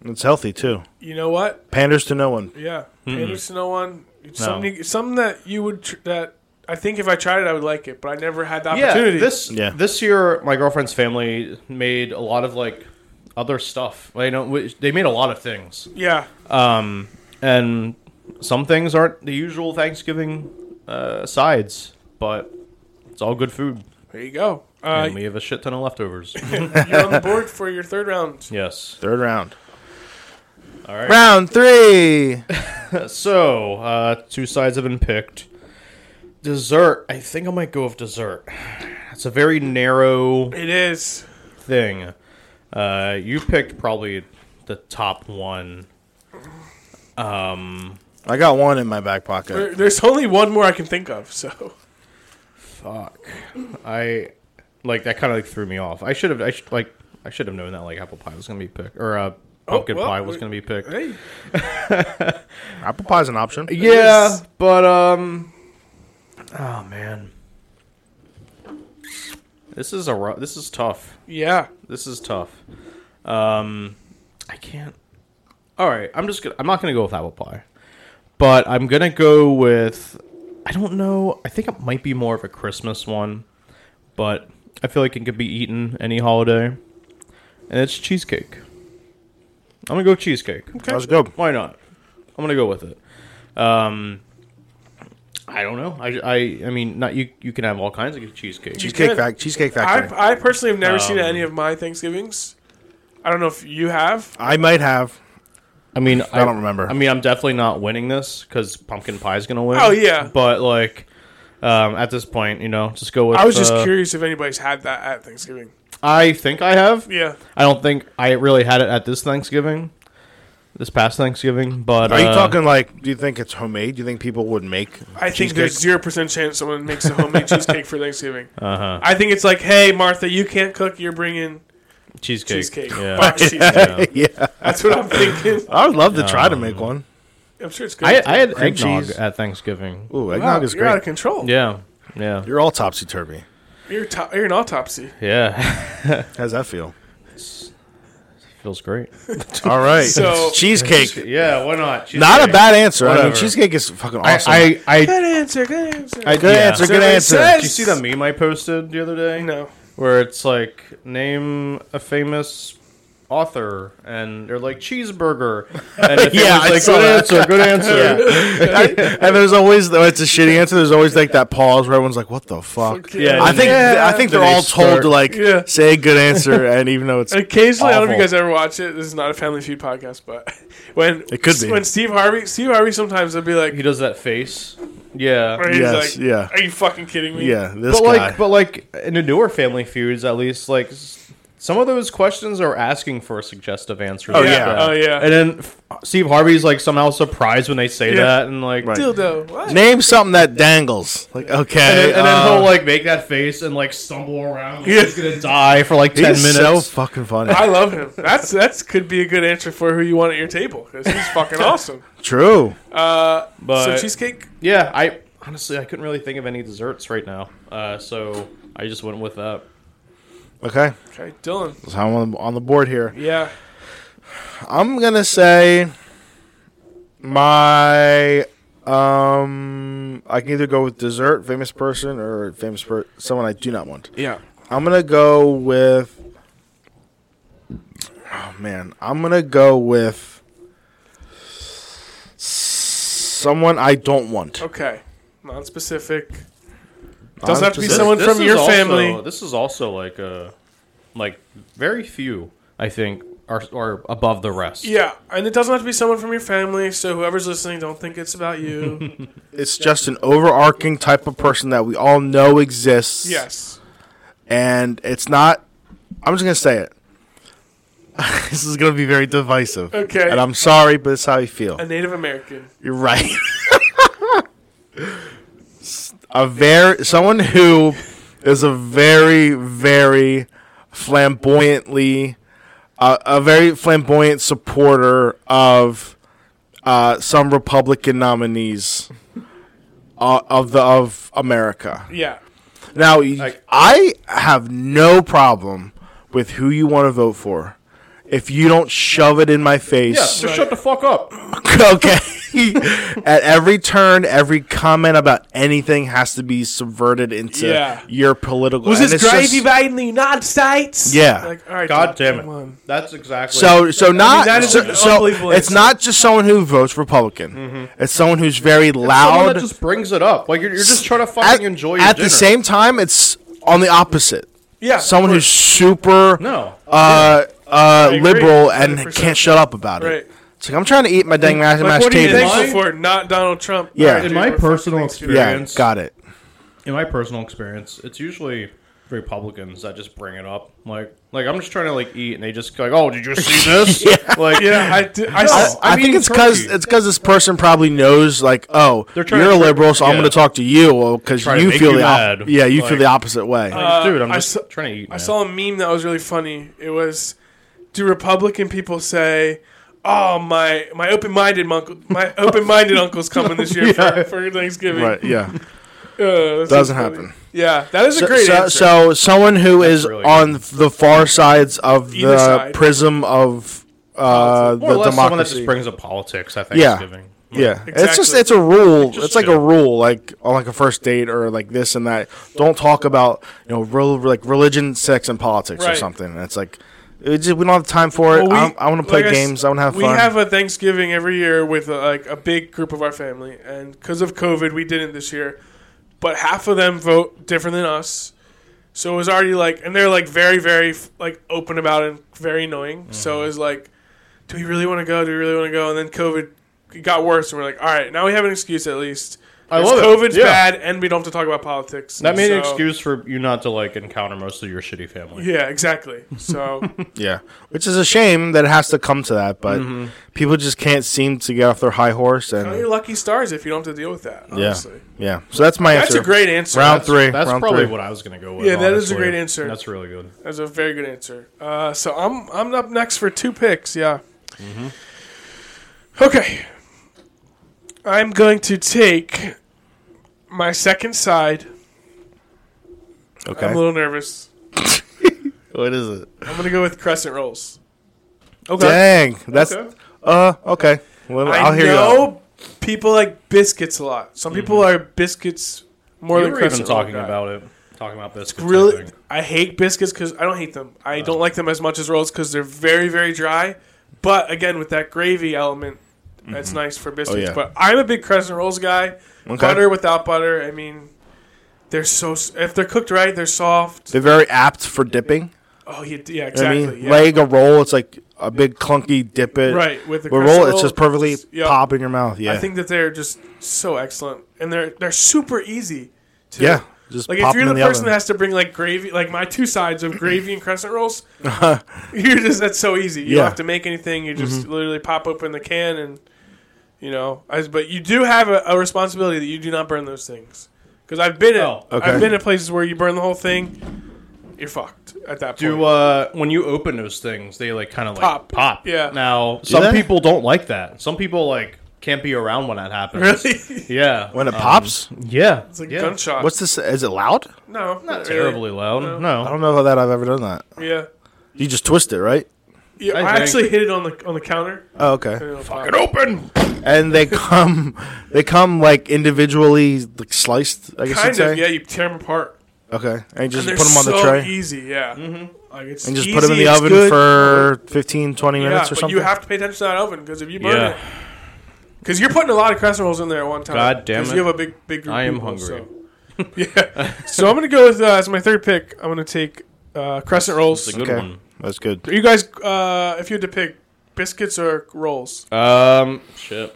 S1: It's healthy too.
S3: You know what?
S1: Panders to no one.
S3: Yeah. Pandas to no one. It's Something, something that you would tr- that I think if I tried it, I would like it, but I never had the
S2: Yeah,
S3: opportunity.
S2: this
S1: Yeah.
S2: this year my girlfriend's family made a lot of like other stuff. I know which- they made a lot of things,
S3: yeah.
S2: um, and some things aren't the usual Thanksgiving uh, sides, but it's all good food,
S3: There you go. Uh,
S2: and we have a shit ton of leftovers.
S3: you're on the board for your third round.
S2: yes,
S1: Third round.
S2: all right.
S1: Round three.
S2: So, uh, two sides have been picked. Dessert. I think I might go with dessert. It's a very narrow
S3: It is.
S2: thing. Uh, you picked probably the top one.
S1: I got one in my back pocket.
S3: There, there's only one more I can think of. So
S2: Fuck. I like that. Kind of like threw me off. I should have. I should like. I should have known that like apple pie was gonna be picked or uh, pumpkin
S3: Oh, well,
S2: pie was
S3: we-
S2: gonna be picked.
S3: hey,
S1: Apple pie's an option.
S2: Yeah,
S3: is.
S2: but um, oh man, this is a ru- this is tough.
S3: yeah.
S2: This is tough. Um, I can't. All right, I'm just gonna. I'm not gonna go with apple pie, but I'm gonna go with. I don't know. I think it might be more of a Christmas one, but I feel like it could be eaten any holiday, and it's cheesecake. I'm gonna go with cheesecake.
S1: That was good.
S2: Why not? I'm gonna go with it. Um, I don't know. I, I, I mean, not you. You can have all kinds of cheesecake.
S1: Cheesecake,
S3: could-
S1: fac- cheesecake Factory.
S3: I, I personally have never seen any of my Thanksgivings. I don't know if you have.
S1: I might have.
S2: I mean, I,
S1: don't remember.
S2: I mean, I'm definitely not winning this because pumpkin pie is gonna win.
S3: Oh, yeah.
S2: but like um, at this point, you know, just go with.
S3: I was just
S2: uh,
S3: curious if anybody's had that at Thanksgiving.
S2: I think I have.
S3: Yeah.
S2: I don't think I really had it at this Thanksgiving, this past Thanksgiving. But
S1: Are you
S2: uh,
S1: talking like? Do you think it's homemade? Do you think people would make?
S3: I think
S1: cheesecake?
S3: there's zero percent chance someone makes a homemade cheesecake for Thanksgiving. Uh-huh. I think it's like, hey, Martha, you can't cook. You're bringing
S2: cheesecake?
S3: cheesecake.
S2: Yeah.
S3: Box cheesecake.
S1: yeah,
S3: That's what I'm thinking.
S1: I would love to try to make one.
S3: I'm sure it's good.
S2: I, I had
S1: Cream
S2: eggnog
S1: cheese.
S2: at Thanksgiving.
S1: Ooh,
S3: wow,
S1: eggnog
S3: you're
S1: is
S3: out of
S1: great.
S3: control.
S2: Yeah, yeah,
S1: You're all topsy turvy.
S3: You're, to- you're an autopsy.
S2: yeah.
S1: How's that feel?
S2: Feels great.
S1: All right,
S3: So-
S1: cheesecake.
S2: Yeah, why not?
S1: Not a bad answer. I mean,
S2: Whatever.
S1: cheesecake is fucking
S2: I,
S1: awesome.
S2: I, I,
S3: Good answer. Good answer.
S1: I- good
S2: yeah.
S1: answer. Good
S3: Survey
S1: answer.
S3: says-
S2: Did you see the meme I posted the other day?
S3: no.
S2: Where it's like, name a famous author, and they're like, cheeseburger. And if
S1: Yeah, I
S2: it was
S1: saw
S2: like, good
S1: that.
S2: answer, good answer.
S1: and there's always though it's a shitty answer. There's always like that pause where everyone's like, "What the fuck."
S2: Yeah,
S1: I think
S3: Yeah.
S1: I think
S2: Then
S1: they're
S2: they
S1: all told
S2: start-
S1: to like
S3: Yeah.
S1: say a good answer, and even though it's
S3: Occasionally, I don't know if you
S1: Awful.
S3: guys ever watch it. This is not a Family Feud podcast, but when
S1: It could be.
S3: when Steve Harvey, Steve Harvey, sometimes will be like,
S2: He does that face. Yeah.
S3: or he's
S1: Yes,
S3: like,
S1: yeah.
S3: are you fucking kidding me?
S1: yeah, this
S2: But
S1: guy.
S2: like, but like in the newer Family Feuds, at least, like s- some of those questions are asking for suggestive answers.
S1: Oh,
S2: like
S1: yeah.
S2: that.
S3: Oh, yeah.
S2: And then f- Steve Harvey's like somehow surprised when they say
S3: Yeah.
S2: that, and like,
S1: Right.
S3: dildo. What?
S1: Name something that dangles. Like
S2: And
S1: okay,
S2: then, and then
S1: uh,
S2: he'll like make that face and like stumble around. Like, He's gonna die for like ten
S1: he's
S2: minutes.
S1: so fucking funny.
S3: I love him. That's that's could be a good answer for who you want at your table because he's fucking awesome.
S1: True.
S3: Uh,
S2: But-
S3: so cheesecake.
S2: yeah, I honestly, I couldn't really think of any desserts right now, uh, so I just went with uh, that.
S1: Okay,
S3: Okay, Dylan.
S1: so I'm on the, on the board here.
S3: Yeah.
S1: I'm gonna say my um. I can either go with dessert, famous person, or famous per- someone I do not want.
S3: Yeah.
S1: I'm gonna go with. Oh man, I'm gonna go with someone I don't want.
S3: Okay. Non-specific.
S1: I'm
S3: Doesn't have to be
S1: just-
S3: someone from
S2: is
S3: your
S2: also-
S3: family.
S2: This is also like uh like very few, I think, are are above the rest.
S3: Yeah, and it doesn't have to be someone from your family. So whoever's listening, don't think it's about you.
S1: It's just an overarching type of person that we all know exists.
S3: yes.
S1: and it's not. I'm just gonna say it. this is gonna be very divisive.
S3: Okay.
S1: and I'm sorry, but it's how I feel.
S3: A Native American.
S1: You're right. a very someone who is a very very flamboyantly uh, a very flamboyant supporter of uh, some Republican nominees uh, of the of America.
S3: Yeah.
S1: Now, y I I have no problem with who you want to vote for. If you don't shove it in my face,
S2: Yeah, so
S3: Right.
S2: shut the fuck up.
S1: okay. At every turn, every comment about anything has to be subverted into
S3: Yeah.
S1: your political.
S3: Was
S1: and
S3: this
S1: it's
S3: gravy
S1: just-
S3: by in the United States?
S1: Yeah.
S3: Like, all right.
S2: God
S3: dude,
S2: damn
S3: come on.
S2: it. That's exactly
S1: So, so not
S3: that is
S1: so,
S3: an
S1: so
S3: unbelievable
S1: It's
S3: answer.
S1: not just someone who votes Republican. It's someone who's very
S2: Mm-hmm. Someone
S1: loud.
S2: that just brings it up. Like you're, you're just trying to
S1: at
S2: fucking enjoy your
S1: at
S2: dinner.
S1: the same time, it's on the opposite.
S3: Yeah.
S1: Someone who's super
S2: No.
S1: uh, uh,
S3: agree.
S1: liberal and
S3: 100%.
S1: can't shut up about
S3: Right.
S1: it. It's like I'm trying to eat my dang mashed,
S2: Like,
S1: mashed
S2: what do you
S1: potatoes.
S2: think?
S3: Thankful
S2: My-
S3: for not Donald Trump.
S1: Yeah.
S3: All right,
S1: In
S3: dude,
S2: my
S3: we're fucking
S2: personal
S3: Thanksgiving.
S2: experience-
S1: Yeah,
S2: Experience.
S1: got it.
S2: in my personal experience, it's usually Republicans that just bring it up. Like, like I'm just trying to like eat, and they just like, oh, did you see this? yeah. Like,
S3: Yeah, I do. I,
S2: No.
S3: s-
S1: I
S2: I'm
S1: think
S2: eating
S1: it's because
S2: turkey.
S1: it's because this person probably knows like oh
S2: They're
S1: you're
S2: trying
S1: a
S2: to-
S1: liberal so I'm
S2: yeah.
S1: going to talk to you because
S2: Try to
S1: you
S2: make
S1: feel
S2: you
S1: the
S2: mad.
S1: op- yeah you feel
S2: Like- uh,
S1: the opposite way
S2: Like, dude, I'm
S3: I
S2: just
S3: saw-
S2: trying to eat.
S3: I
S2: man.
S3: saw a meme that was really funny. It was, do Republican people say, "Oh my, my open-minded uncle, my open-minded uncle's coming this year for, for Thanksgiving"?
S1: right yeah
S3: Uh, that's
S1: Doesn't
S3: funny.
S1: happen.
S3: Yeah, that is a
S1: so,
S3: great
S1: so,
S3: answer.
S1: so someone who is
S2: really
S1: on the far sides of
S3: Either
S1: the
S3: side.
S1: prism of uh,
S2: More or
S1: the
S2: less someone that just
S1: democracy
S2: brings up politics at
S1: Yeah.
S2: Thanksgiving.
S1: yeah it's just
S3: Exactly.
S1: it's a rule it's,
S2: just
S1: like a
S2: chill.
S1: rule like on like a first date or like this and that don't talk about you know real like religion sex and politics or
S3: Right.
S1: something and it's like it's just, we don't have time for it
S3: Well, we-
S1: I, I want to play
S3: like I s-
S1: games I want to have
S3: we
S1: fun
S3: have a Thanksgiving every year with uh like a big group of our family, and because of COVID, we didn't this year. But half of them vote different than us, so it was already like, and they're like very, very f- like open about it, and very annoying. So it was like, do we really want to go? Do we really want to go? And then COVID got worse, and we're like, all right, now we have an excuse at least.
S2: I love
S3: Because
S2: it.
S3: COVID's
S2: Yeah.
S3: bad, and we don't have to talk about politics.
S2: That made an
S3: So-
S2: excuse for you not to like encounter most of your shitty family.
S3: Yeah, exactly. So
S1: Yeah, which is a shame that it has to come to that, but
S3: Mm-hmm.
S1: people just can't seem to get off their high horse,
S3: count your
S1: and
S3: lucky stars if you don't have to deal with that.
S1: yeah,
S3: Honestly.
S1: yeah. So that's my
S3: That's
S1: answer.
S3: a great answer.
S1: Round
S3: That's-
S1: three.
S2: That's
S1: round
S2: probably
S1: three.
S2: what I was gonna go with.
S3: Yeah, that is a
S2: honestly.
S3: great answer.
S2: That's really good.
S3: That's a very good answer. Uh, so I'm I'm up next for two picks. Yeah.
S1: Mm-hmm.
S3: Okay. I'm going to take my second side. I'm a
S1: Okay,
S3: little nervous.
S1: what is it?
S3: I'm gonna go with crescent rolls. Okay.
S1: Dang, that's
S3: Okay.
S1: uh okay. Well,
S3: I
S1: I'll hear you. out. Mm-hmm.
S3: know people like biscuits a lot. Some people are biscuits more
S2: We
S3: than
S2: were even
S3: crescent roll
S2: talking
S3: guy.
S2: about it, talking about this.
S3: really I hate biscuits because I don't hate them. I don't like them as much as rolls because they're very very dry. But again, with that gravy element, that's nice for biscuits.
S1: Mm-hmm. Oh, yeah.
S3: But I'm a big crescent rolls guy. Butter without butter, I mean, they're so s- if they're cooked right, they're soft.
S1: They're very apt for dipping.
S3: Oh yeah, yeah
S1: You know what
S3: exactly.
S1: I mean,
S3: yeah.
S1: laying a roll, it's like a big clunky dip it.
S3: right with the
S1: But
S3: crescent
S1: roll, it's just perfectly
S3: yeah.
S1: pop in your mouth. Yeah,
S3: I think that they're just so excellent, and they're they're super easy. To,
S1: yeah. Just
S3: Like
S1: pop
S3: if you're the,
S1: them in
S3: person that
S1: oven.
S3: has to bring like gravy, like my two sides of gravy and crescent rolls, you're just that's so easy. You
S1: Uh-huh. Yeah. Mm-hmm.
S3: don't have to make anything. You just literally pop open the can and you know. As, but you do have a, a responsibility that you do not burn those things because I've been at
S2: Oh,
S1: okay.
S3: I've been at places where you burn the whole thing. You're fucked at that point.
S2: Do uh, when you open those things, they like kind of like
S3: Pop.
S2: pop.
S3: Yeah.
S2: Now some
S1: they?
S2: people don't like that. Some people like can't be around when that happens.
S3: Really?
S2: Yeah.
S1: When it
S2: Um,
S1: pops,
S2: Yeah.
S3: It's like
S2: yeah.
S3: gunshots.
S1: what's this? Is it loud?
S3: no?
S2: Not
S3: really.
S2: terribly loud.
S3: No.
S1: I
S2: No.
S1: don't know how that I've ever done that.
S3: Yeah.
S1: You just twist it, right?
S3: Yeah,
S2: I
S3: I,
S2: think-
S3: actually hit it on the on the counter.
S1: Oh, okay.
S3: Fuck
S2: open.
S1: And they come, they come like individually like sliced. I guess
S3: Kind
S1: you'd say.
S3: of. Yeah, you tear them apart.
S1: Okay, and you just
S3: They're
S1: put them on the
S3: so
S1: tray
S3: Easy. Yeah. Mm-hmm. Like it's
S1: and just
S3: easy,
S1: put them in the
S3: it's
S1: oven
S3: good.
S1: for 15, 20
S3: yeah,
S1: minutes or
S3: but
S1: something.
S3: you have to pay attention to that oven because if you burn
S2: Yeah.
S3: it, because you're putting a lot of crescent rolls in there at one time.
S2: God damn
S3: 'Cause
S2: it.
S3: You have a big, big. Group
S2: I am
S3: of people,
S2: hungry.
S3: So. yeah. So I'm gonna go with uh, as my third pick. I'm gonna take uh, crescent rolls.
S2: It's a good
S1: Okay.
S2: one.
S1: That's good.
S3: Are you guys, uh, if you had to pick biscuits or rolls?
S2: Um, shit.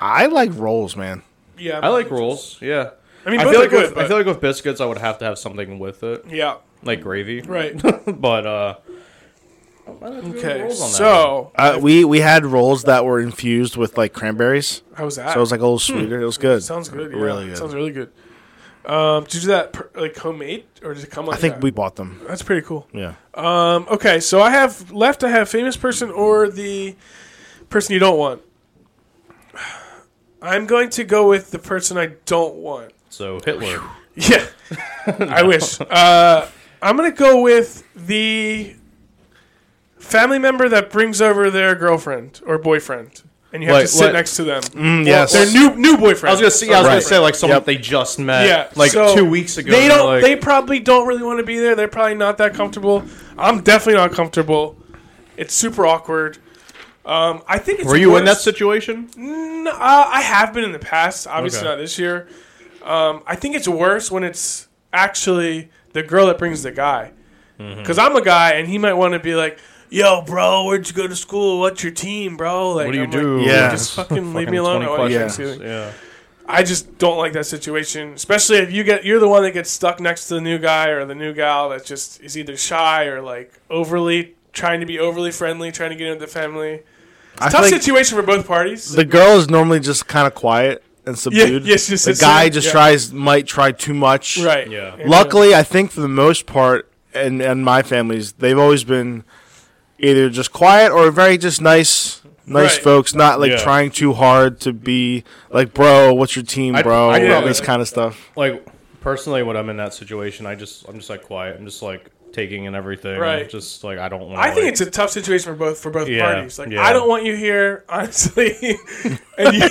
S1: I like rolls, man.
S3: Yeah,
S2: I like rolls. Yeah.
S3: I mean,
S2: I
S3: both
S2: feel
S3: are
S2: like
S3: good.
S2: with, I
S3: but-
S2: feel like with biscuits, I would have to have something with it,
S3: yeah.
S2: like gravy.
S3: Right.
S2: but uh.
S3: Okay.
S2: rolls on that
S3: So
S1: Uh, we we had rolls that were infused with like cranberries,
S3: how was that?
S1: so it was like a little sweeter. It was good.
S3: Hmm. Sounds good. Yeah.
S1: Really good.
S3: Sounds really good. Um, did you do that per, like homemade or did it come like
S1: I think
S3: that?
S1: we bought them.
S3: That's pretty cool.
S1: Yeah.
S3: Um, okay, so I have left. I have famous person or the person you don't want. I'm going to go with the person I don't want.
S2: So Hitler.
S3: Yeah, I wish. Uh, I'm going to go with the family member that brings over their girlfriend or boyfriend, and you have
S2: Like-
S3: to sit
S2: like-
S3: next to them.
S1: Mm, yes.
S3: Their new new boyfriend.
S2: I was gonna see. I was gonna
S1: Right.
S2: say like someone
S1: Yep.
S2: they just met,
S3: Yeah,
S2: like
S3: so
S2: two weeks ago.
S3: They
S2: and
S3: don't.
S2: like-
S3: they probably don't really want to be there. They're probably not that comfortable. I'm definitely not comfortable. It's super awkward. Um, I think. It's
S2: were you in that
S3: worse-
S2: situation?
S3: N- uh, I have been in the past. Obviously
S2: Okay.
S3: not this year. Um, I think it's worse when it's actually the girl that brings the guy.
S2: Mm-hmm.
S3: Because I'm a guy, and he might want to be like, "Yo, bro, where'd you go to school? What's your team, bro? Like,
S2: What do you
S3: I'm like,
S2: do?
S1: Yeah.
S3: Just fucking leave me alone. I
S2: 20
S3: want to
S1: questions.
S3: Thanksgiving.
S2: Yeah.
S3: I just don't like that situation, especially if you get you're the one that gets stuck next to the new guy or the new gal that just is either shy or like overly trying to be overly friendly, trying to get into the family.
S1: I feel
S3: Tough
S1: like
S3: situation for both parties.
S1: the girl is normally just kind of quiet and subdued.
S3: yeah, she just
S1: the
S3: sits
S1: guy
S3: there,
S1: just
S3: yeah.
S1: tries might try too much.
S3: right.
S2: Yeah.
S3: And, uh,
S1: Luckily, I think for the most part, and and my families, they've always been either just quiet or very just nice, nice
S3: Right.
S1: folks, not like
S2: Yeah.
S1: trying too hard to be like, bro, what's your team,
S2: I'd-
S1: bro?
S2: I'd
S3: probably-
S1: this kind of stuff.
S2: Like personally, when I'm in that situation, I just I'm just like quiet. I'm just like taking in everything.
S3: Right.
S2: Just like I don't want.
S3: I think it's a tough situation for both for both
S2: Yeah,
S3: parties. Like
S2: yeah.
S3: I don't want you here, honestly, and you,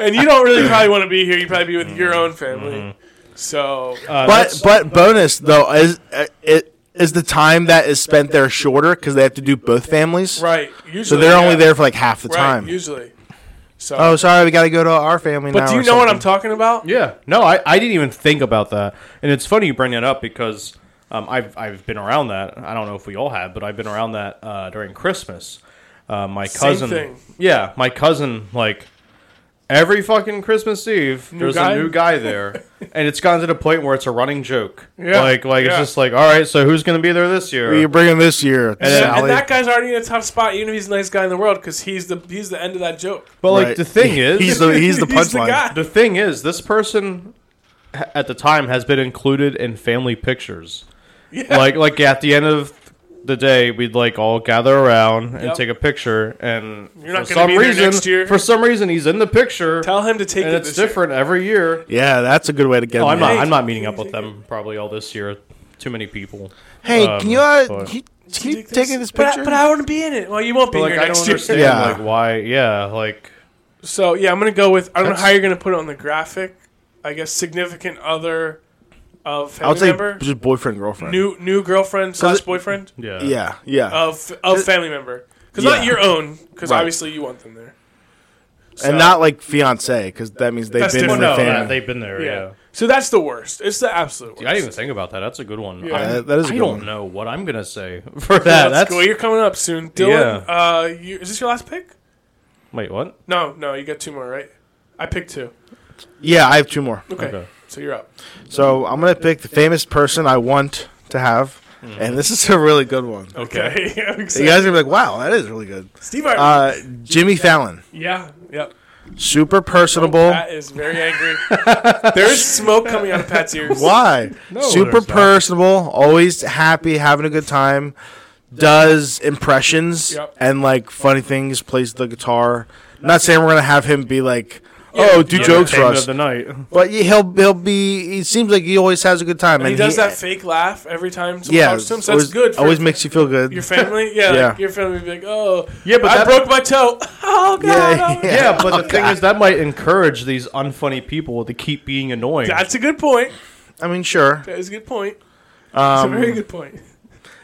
S3: and you don't really probably want to be here. You probably be with your own family.
S2: Mm-hmm.
S3: So
S2: uh,
S1: But but bonus though is uh, it is the time that is spent there shorter because they have to do both families,
S3: right, usually
S1: so they're only
S3: yeah.
S1: there for like half the
S3: right,
S1: time.
S3: usually. So
S1: Oh, sorry, we got to go to our family now.
S3: but do you
S1: or
S3: know what I'm
S1: something.
S3: talking about?
S2: Yeah. No, I, I didn't even think about that. And it's funny you bring that up because um, I've, I've been around that. I don't know if we all have, but I've been around that uh, during Christmas. Uh, my cousin.
S3: thing.
S2: Yeah. My cousin, like, every fucking Christmas Eve, there's
S3: guy?
S2: a new guy there. and it's gotten to the point where it's a running joke.
S3: Yeah,
S2: Like, like it's
S3: yeah.
S2: just like, all right, so who's going to be there this year?
S1: You're bringing this year,
S2: then-
S3: And,
S1: Sally.
S3: and that guy's already in a tough spot, even if he's the nice guy in the world, because he's the he's the end of that joke.
S2: but, like,
S1: Right.
S2: the thing is.
S1: he's the he's the
S3: He's the
S1: punchline.
S3: guy.
S2: The thing is, this person h- at the time has been included in family pictures. Like like at the end of the day, we'd like all gather around and
S3: Yep.
S2: take a picture. And
S3: You're not
S2: for
S3: gonna
S2: some
S3: be there
S2: reason,
S3: next year.
S2: for some reason, he's in the picture,
S3: Tell him to take
S2: and
S3: it.
S2: it's
S3: this year.
S2: different every year.
S1: Yeah, that's a good way to get.
S2: Oh,
S1: him
S2: I'm
S1: there.
S2: not I'm not meeting up with them probably all this year. Too many people.
S1: Hey,
S2: Um,
S1: can you uh,
S2: but-
S1: can you, can you
S3: Take
S1: take this
S3: But I-
S1: picture?
S3: But I, want to be in it. Well, you won't be
S2: But, like
S3: here
S2: I don't
S3: next year.
S2: understand
S1: Yeah.
S2: like why yeah like
S3: So yeah, I'm gonna go with. I don't know how you're gonna put it on the graphic. I guess significant other of
S1: I
S3: family
S1: would say
S3: member,
S1: just boyfriend girlfriend.
S3: new Oh, new girlfriend slash
S1: it-
S3: boyfriend
S2: yeah
S1: yeah, yeah.
S3: of of family member, because not
S1: Yeah.
S3: your own, because
S1: Right.
S3: obviously you want them there. So-
S1: and not like fiance because that means they've
S3: That's
S1: been in
S2: Well,
S3: different.
S1: the
S2: no, that-
S1: family.
S2: they've been there
S3: Yeah.
S2: yeah.
S3: So that's the worst. It's the absolute worst.
S2: I didn't even think about that. That's a good one.
S3: Yeah.
S2: I-
S1: That- that is a
S2: I
S1: good
S2: don't
S1: one.
S2: know what I'm gonna say for
S3: Yeah,
S2: that.
S3: that's,
S2: that's
S3: cool. You're coming up soon, Dylan. Uh, you, is this your last pick?
S2: wait, what?
S3: No, no, you got two more, right? I picked two.
S1: yeah, I have two more.
S3: Okay,
S2: Okay.
S3: so you're up.
S1: So I'm gonna pick the famous person I want to have, and this is a really good one.
S3: Okay, I'm
S1: You
S3: excited.
S1: guys Uh, are gonna be like, "Wow, that is really good."
S3: Steve, Irwin.
S1: Uh, Jimmy Fallon,
S3: yeah, yep.
S1: super personable.
S3: Pat is very angry. there is smoke coming out of Pat's ears.
S1: Why?
S2: No,
S1: Super
S2: there's not.
S1: personable, always happy, having a good time. does impressions
S3: Yep.
S1: and like funny things, plays the guitar. I'm not saying we're gonna have him be like, oh, do
S3: Yeah.
S1: jokes for
S2: Entertainment
S1: us,
S2: of the night.
S1: but yeah, he'll he'll be. He seems like he always has a good time,
S3: And he
S1: and
S3: does that fake laugh every time someone
S1: Yeah,
S3: talks to him. So
S1: always,
S3: that's good. For
S1: always makes you feel good.
S3: your family. Yeah,
S1: Yeah.
S3: Like your family would be like, oh,
S2: Yeah, but
S3: I
S2: that-
S3: broke my toe. Oh god.
S1: Yeah,
S3: oh.
S1: yeah.
S2: Yeah, but the thing is, that might encourage these unfunny people to keep being annoying.
S3: That's a good point.
S1: I mean, sure.
S3: That is a good point. That's a very
S1: Um,
S3: good point.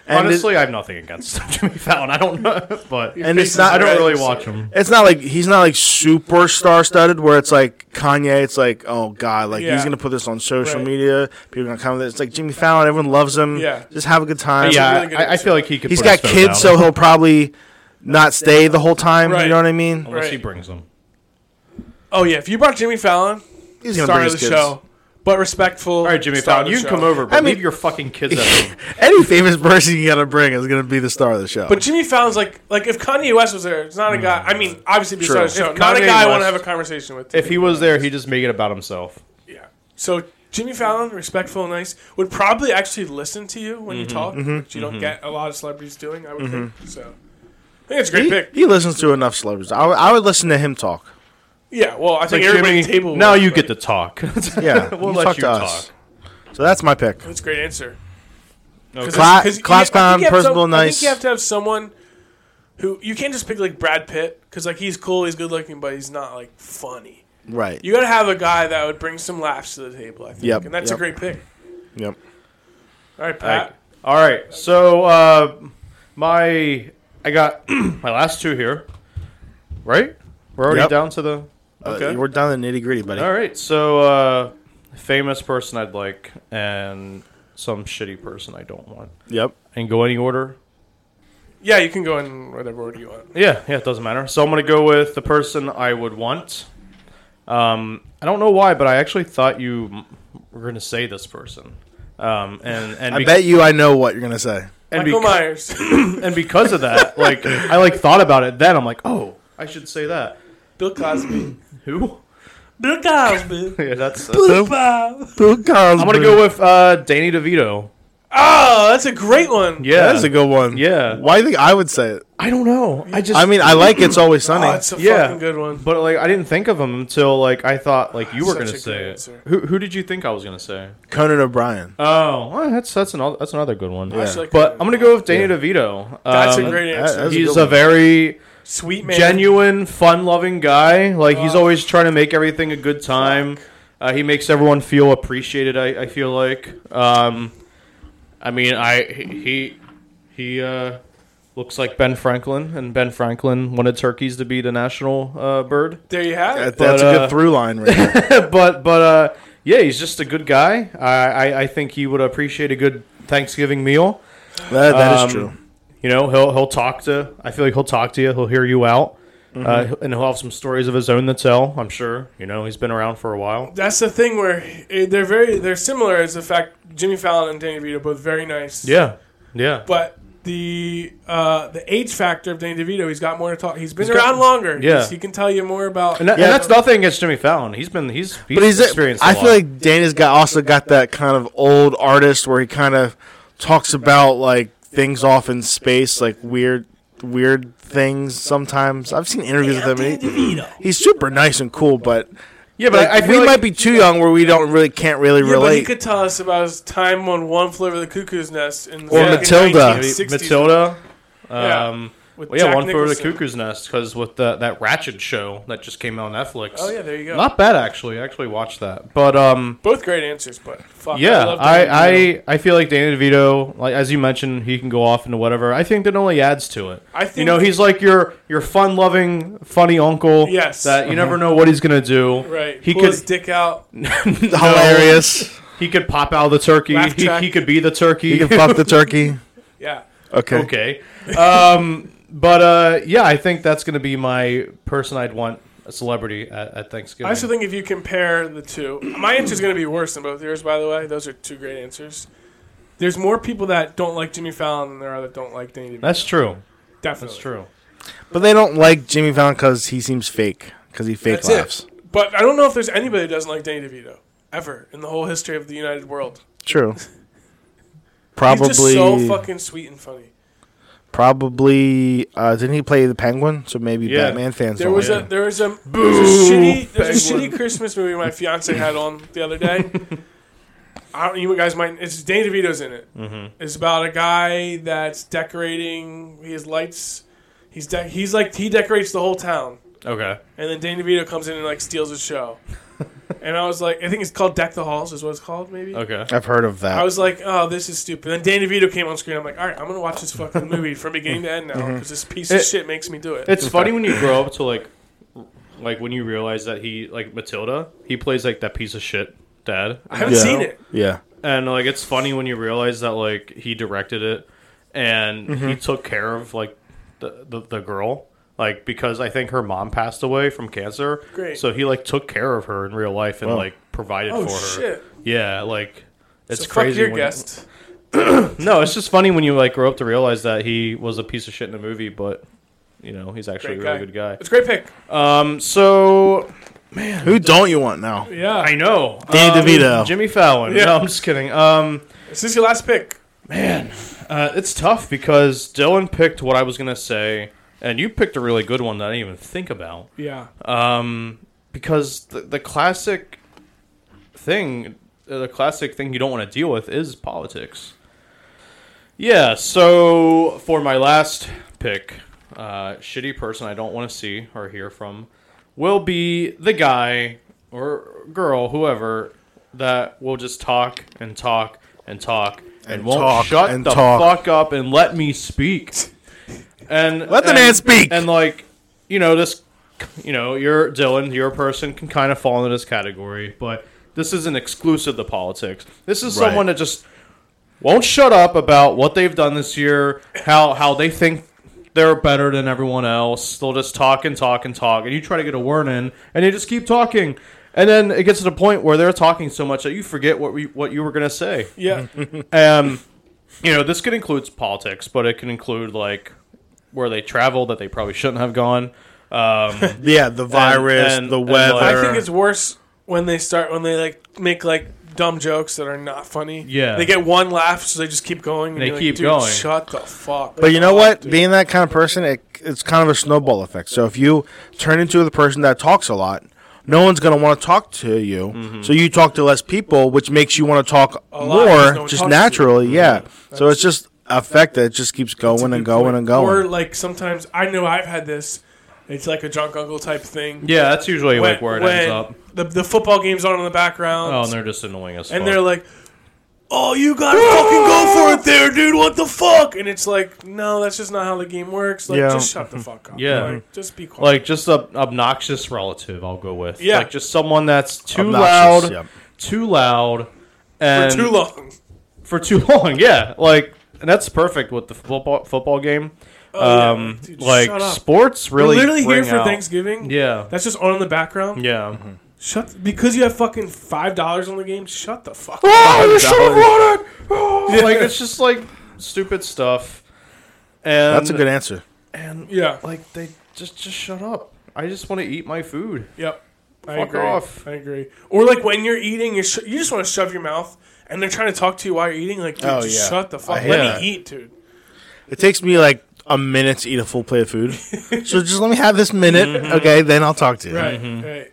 S1: and it-
S2: Honestly, I have nothing against Jimmy Fallon. I don't know, but
S1: And
S3: Your
S1: it's
S3: face
S1: not-
S3: is
S2: I don't
S3: red.
S2: really watch him.
S1: It's not like he's not like super star studded where it's like Kanye. It's like oh god, like he's
S3: Yeah.
S1: gonna put this on social
S3: Right.
S1: media. People are gonna comment. It's like Jimmy Fallon. Everyone loves him.
S3: Yeah.
S1: just have a good time.
S2: yeah,
S3: really good
S2: I, I feel like he could.
S1: he's
S2: put his
S1: got
S2: foot
S1: kids,
S2: down
S1: so he'll probably not stay the whole time.
S3: Right.
S1: You know what I mean?
S2: unless he
S3: Right.
S2: brings them.
S3: Oh yeah, if you brought Jimmy Fallon,
S1: He's gonna
S3: star
S1: bring
S3: of
S1: his
S3: the
S1: kids.
S3: show, but respectful.
S2: All right, Jimmy
S3: star of
S2: Fallon,
S3: the
S2: you can
S3: show.
S2: come over, but
S1: I mean-
S2: leave your fucking kids at home.
S1: Any famous person you gotta bring is gonna be the star of the show.
S3: But Jimmy Fallon's like, like if Kanye West was there, it's not a guy. I mean, obviously, it'd be a star
S1: True.
S3: of the show,
S2: Mm. If
S3: not a
S2: Kanye
S3: guy I want to
S2: West-
S3: have a conversation with.
S2: If he was there, he'd just make it about himself.
S3: yeah. So Jimmy Fallon, respectful and nice, would probably actually listen to you when you
S2: Mm-hmm.
S3: talk, which you don't get a lot of celebrities doing. I would think so. I think it's a great
S1: he,
S3: pick.
S1: he listens to enough celebrities. I would- I would listen to him talk.
S3: Yeah. Well, I think
S2: Like,
S3: everybody at the
S2: Jimmy,
S3: table.
S2: now
S3: would,
S2: you
S3: but
S2: get to talk.
S1: Yeah,
S2: we'll
S1: you
S2: let
S1: talk
S2: you
S1: to
S2: talk.
S1: us. So that's my pick.
S3: That's a great answer.
S2: Okay.
S1: Cla-
S3: Because you-
S1: class
S3: I think you
S1: clown,
S3: have
S1: personable,
S3: some- I
S1: nice.
S3: think you have to have someone who you can't just pick like Brad Pitt because like he's cool, he's good looking, but he's not like funny.
S1: Right.
S3: You gotta have a guy that would bring some laughs to the table. I think,
S1: Yep,
S3: and that's
S1: yep.
S3: a great pick.
S1: yep.
S3: All right, Pat.
S2: Like, all right, so uh, my I got my last two here, right? We're already
S1: Yep.
S2: down to the
S1: Uh, we're down to the nitty gritty, buddy.
S2: All right, so uh, famous person I'd like and some shitty person I don't want.
S1: Yep.
S2: And go any order?
S3: yeah, you can go in whatever order you want.
S2: Yeah, yeah, it doesn't matter. So I'm gonna go with the person I would want. Um, I don't know why, but I actually thought you m- were gonna say this person. Um, and and,
S1: I
S2: bec-
S1: bet you I know what you're gonna say.
S2: and,
S3: Michael
S2: beca-
S3: Myers.
S2: and because of that, like I like thought about it. Then I'm like, oh, I should say that.
S3: Bill Cosby.
S2: Who?
S3: Bill Cosby.
S2: Yeah, that's.
S3: Bob.
S1: I'm
S2: I'm gonna go with uh, Danny DeVito.
S3: Oh, that's a great one.
S2: Yeah,
S1: That is a good one.
S2: Yeah.
S1: Why do you think I would say it?
S2: I don't know. I just.
S1: I mean, I like It's Always Sunny.
S3: Oh, it's a
S2: Yeah.
S3: fucking good one.
S2: But like I didn't think of him until like I thought like you were
S3: Such a
S2: gonna
S3: good
S2: say it.
S3: answer.
S2: Who who did you think I was gonna say?
S1: Conan O'Brien.
S2: Oh, well, that's that's another that's another good one.
S1: Yeah.
S3: Actually, I
S2: But
S3: couldn't-
S2: I'm gonna go with Danny DeVito.
S3: That's a
S2: Um,
S3: great
S1: That-
S3: answer.
S1: that's a
S2: He's
S1: good
S2: a,
S1: one.
S2: very
S3: Sweet man.
S2: genuine, fun-loving guy. Like he's always trying to make everything a good time. Uh, he makes everyone feel appreciated. I, I feel like. Um, I mean, I he he uh, looks like Ben Franklin, and Ben Franklin wanted turkeys to be the national uh, bird.
S3: There you have
S1: That-
S3: it.
S1: that's a
S2: but,
S1: good
S2: uh,
S1: through line right there.
S2: but but uh, yeah, he's just a good guy. I, I, I think he would appreciate a good Thanksgiving meal.
S1: That, that is
S2: Um,
S1: true.
S2: You know, he'll he'll talk to. I feel like he'll talk to you. He'll hear you out, uh, and he'll have some stories of his own to tell. I'm sure. You know, he's been around for a while.
S3: That's the thing where eh, they're very they're similar. Is the fact Jimmy Fallon and Danny DeVito are both very nice.
S2: Yeah, yeah,
S3: But the uh, the age factor of Danny DeVito, he's got more to talk. He's been
S2: He's got-
S3: around longer.
S2: Yeah.
S3: He's- he can tell you more about.
S2: and, that- and that's nothing against Jimmy Fallon. He's been he's, he's
S1: But he's
S2: experienced. a
S1: I feel
S2: lot.
S1: like Dana's got also got that kind of old artist where he kind of talks about like things off in space, like weird weird things sometimes. I've seen interviews with him. and he- he's super nice and cool, but
S2: yeah, but I, I
S1: like,
S2: feel
S1: we
S2: like,
S1: might be too young where we don't really can't really
S3: Yeah, but he
S1: relate.
S3: could tell us about his time on One Flew Over the Cuckoo's Nest in the
S1: Or
S3: fucking
S1: Matilda.
S3: 1960s
S2: Matilda.
S3: Yeah.
S2: Um,
S3: with
S2: Well, yeah,
S3: Jack
S2: one for the
S3: Nicholson.
S2: Cuckoo's Nest because with the, that Ratchet show that just came out on Netflix.
S3: Oh, yeah, there you go.
S2: Not bad actually. I actually watched that, but um,
S3: Both great answers, but fuck.
S2: yeah,
S3: love
S2: I,
S3: Danny DeVito.
S2: I I feel like Danny DeVito, like as you mentioned, he can go off into whatever. I think that only adds to it.
S3: I think-
S2: you know he's like your your fun loving, funny uncle.
S3: Yes.
S2: that you never know what he's gonna do.
S3: right.
S2: he
S3: Pull his
S2: could
S3: dick out.
S1: Hilarious.
S2: he could pop out the turkey.
S3: Laugh
S2: He,
S3: track.
S2: he could be the turkey.
S1: He can fuck the turkey.
S3: Yeah.
S1: Okay.
S2: okay. Um, but uh, yeah, I think that's gonna be my person I'd want a celebrity at, at Thanksgiving.
S3: I also think if you compare the two, my answer is going to be worse than both yours. By the way, those are two great answers. There's more people that don't like Jimmy Fallon than there are that don't like Danny DeVito.
S2: that's true.
S3: Definitely
S2: That's true.
S1: But they don't like Jimmy Fallon because he seems fake. Because he fake
S3: That's
S1: laughs.
S3: it. But I don't know if there's anybody that doesn't like Danny DeVito ever in the whole history of the United World.
S1: True. Probably.
S3: He's just so fucking sweet and funny.
S1: Probably uh, didn't he play the Penguin? So maybe
S4: Yeah.
S1: Batman fans.
S3: There
S1: don't
S3: was
S1: like
S3: a
S1: him.
S3: there was a, there was a shitty there was a
S4: Penguin.
S3: shitty Christmas movie my fiance had on the other day. I don't. You guys might. It's Danny DeVito's in it. Mm-hmm. It's about a guy that's decorating his lights. He's de- he's like he decorates the whole town,
S2: Okay.
S3: and then Danny DeVito comes in and like steals his show. and I was like, I think it's called Deck the Halls, is what it's called, maybe.
S2: Okay.
S1: I've heard of that.
S3: I was like, oh, this is stupid. Then Danny DeVito came on screen. I'm like, all right, I'm gonna watch this fucking movie from beginning to end now because this piece of
S2: Mm-hmm. It-
S3: shit makes me do it.
S2: It's funny when you grow up to like, like when you realize that he like Matilda, he plays like that piece of shit dad,
S3: I haven't
S1: Yeah.
S3: seen it.
S1: yeah.
S2: and like it's funny when you realize that like he directed it and he took care of like the, the the girl like because I think her mom passed away from cancer.
S3: Great.
S2: So he like took care of her in real life and
S1: Wow.
S2: like provided
S3: Oh
S2: for her.
S3: shit!
S2: Yeah, like it's
S3: so
S2: crazy.
S3: Fuck your
S2: when-
S3: guest.
S2: No, it's just funny when you like grow up to realize that he was a piece of shit in the movie, but you know he's actually
S3: Great
S2: a really
S3: guy.
S2: good guy.
S3: It's a great pick.
S2: Um, so
S1: Who don't you want now?
S3: Yeah.
S2: I know.
S1: Danny
S2: Um,
S1: DeVito.
S2: Jimmy Fallon.
S3: Yeah.
S2: No, I'm just kidding. Um,
S3: Is this your last pick?
S2: man, uh, it's tough because Dylan picked what I was gonna say, and you picked a really good one that I didn't even think about.
S3: Yeah.
S2: Um, because the, the classic thing, uh, the classic thing you don't want to deal with is politics. Yeah. So for my last pick, uh, shitty person I don't want to see or hear from will be the guy or girl, whoever that will just talk and talk and talk and,
S1: And
S2: won't
S1: talk
S2: shut
S1: and
S2: the
S1: talk.
S2: fuck up and let me speak. And
S1: Let the
S2: and-
S1: man speak.
S2: And like, you know, this, you know, you're Dylan, your person can kind of fall into this category, but this isn't exclusive to politics. This is
S1: Right.
S2: someone that just won't shut up about what they've done this year, how how they think they're better than everyone else. They'll just talk and talk and talk, and you try to get a word in, and they just keep talking. And then it gets to the point where they're talking so much that you forget what we, what you were gonna say.
S3: Yeah.
S2: Um, you know, this could include politics, but it can include like where they travel that they probably shouldn't have gone. Um,
S1: Yeah, the virus,
S2: and-
S1: the
S2: and,
S1: weather.
S2: like-
S3: I think it's worse when they start when they like make like dumb jokes that are not funny.
S2: Yeah.
S3: They get one laugh, so they just keep going. and
S2: They
S3: you're like,
S2: keep
S3: "Dude,
S2: going.
S3: Shut the fuck.
S1: But you know
S3: up,
S1: what?
S3: dude."
S1: Being that kind of person, it, it's kind of a snowball effect. So if you turn into the person that talks a lot, no one's going to want to talk to you. So you talk to less people, which makes you want to talk
S3: Mm-hmm. lot, 'cause
S1: more
S3: no one
S1: just
S3: talks to you. Mm-hmm.
S1: naturally. Yeah. So it's just effect that just keeps going and going and going.
S3: Or like sometimes I know I've had this. It's like a drunk uncle type thing.
S2: yeah, that's usually like where it ends up.
S3: The, the football game's on in the background.
S2: Oh, and they're just annoying us.
S3: and they're like, "Oh, you gotta fucking go for it, there, dude. What the fuck?" And it's like, "No, that's just not how the game works. Like,
S1: Yeah.
S3: just shut the fuck up.
S2: Yeah.
S3: like, just be quiet.
S2: like just a obnoxious relative. I'll go with
S3: Yeah.
S2: like just someone that's too
S1: Obnoxious,
S2: loud,
S1: yep.
S2: too loud,
S3: for
S2: and
S3: too long.
S2: for too long. Yeah, like and that's perfect with the football football game.
S3: Oh, yeah.
S2: um,
S3: Dude, shut
S2: like
S3: up.
S2: sports really
S3: We're literally here
S2: bring
S3: for
S2: out-
S3: Thanksgiving.
S2: Yeah,
S3: that's just on in the background.
S2: yeah.
S3: Shut because you have fucking five dollars on the game. Shut the fuck up. Oh,
S2: Oh, you
S1: should have
S2: run it! Like it's just like stupid stuff. And
S1: That's a good answer.
S2: and
S3: Yeah.
S2: like they just just shut up. I just want to eat my food.
S3: Yep. I
S2: Fuck
S3: agree.
S2: off.
S3: I agree. Or like when you're eating, you sho you just want to shove your mouth, and they're trying to talk to you while you're eating. Like, dude,
S1: Oh,
S3: just
S1: yeah.
S3: shut the fuck.
S1: I
S3: Let
S1: hate that.
S3: me eat, dude.
S1: It takes me like a minute to eat a full plate of food. so just let me have this minute. Okay. Then I'll talk to you.
S3: Mm-hmm. Right. Right.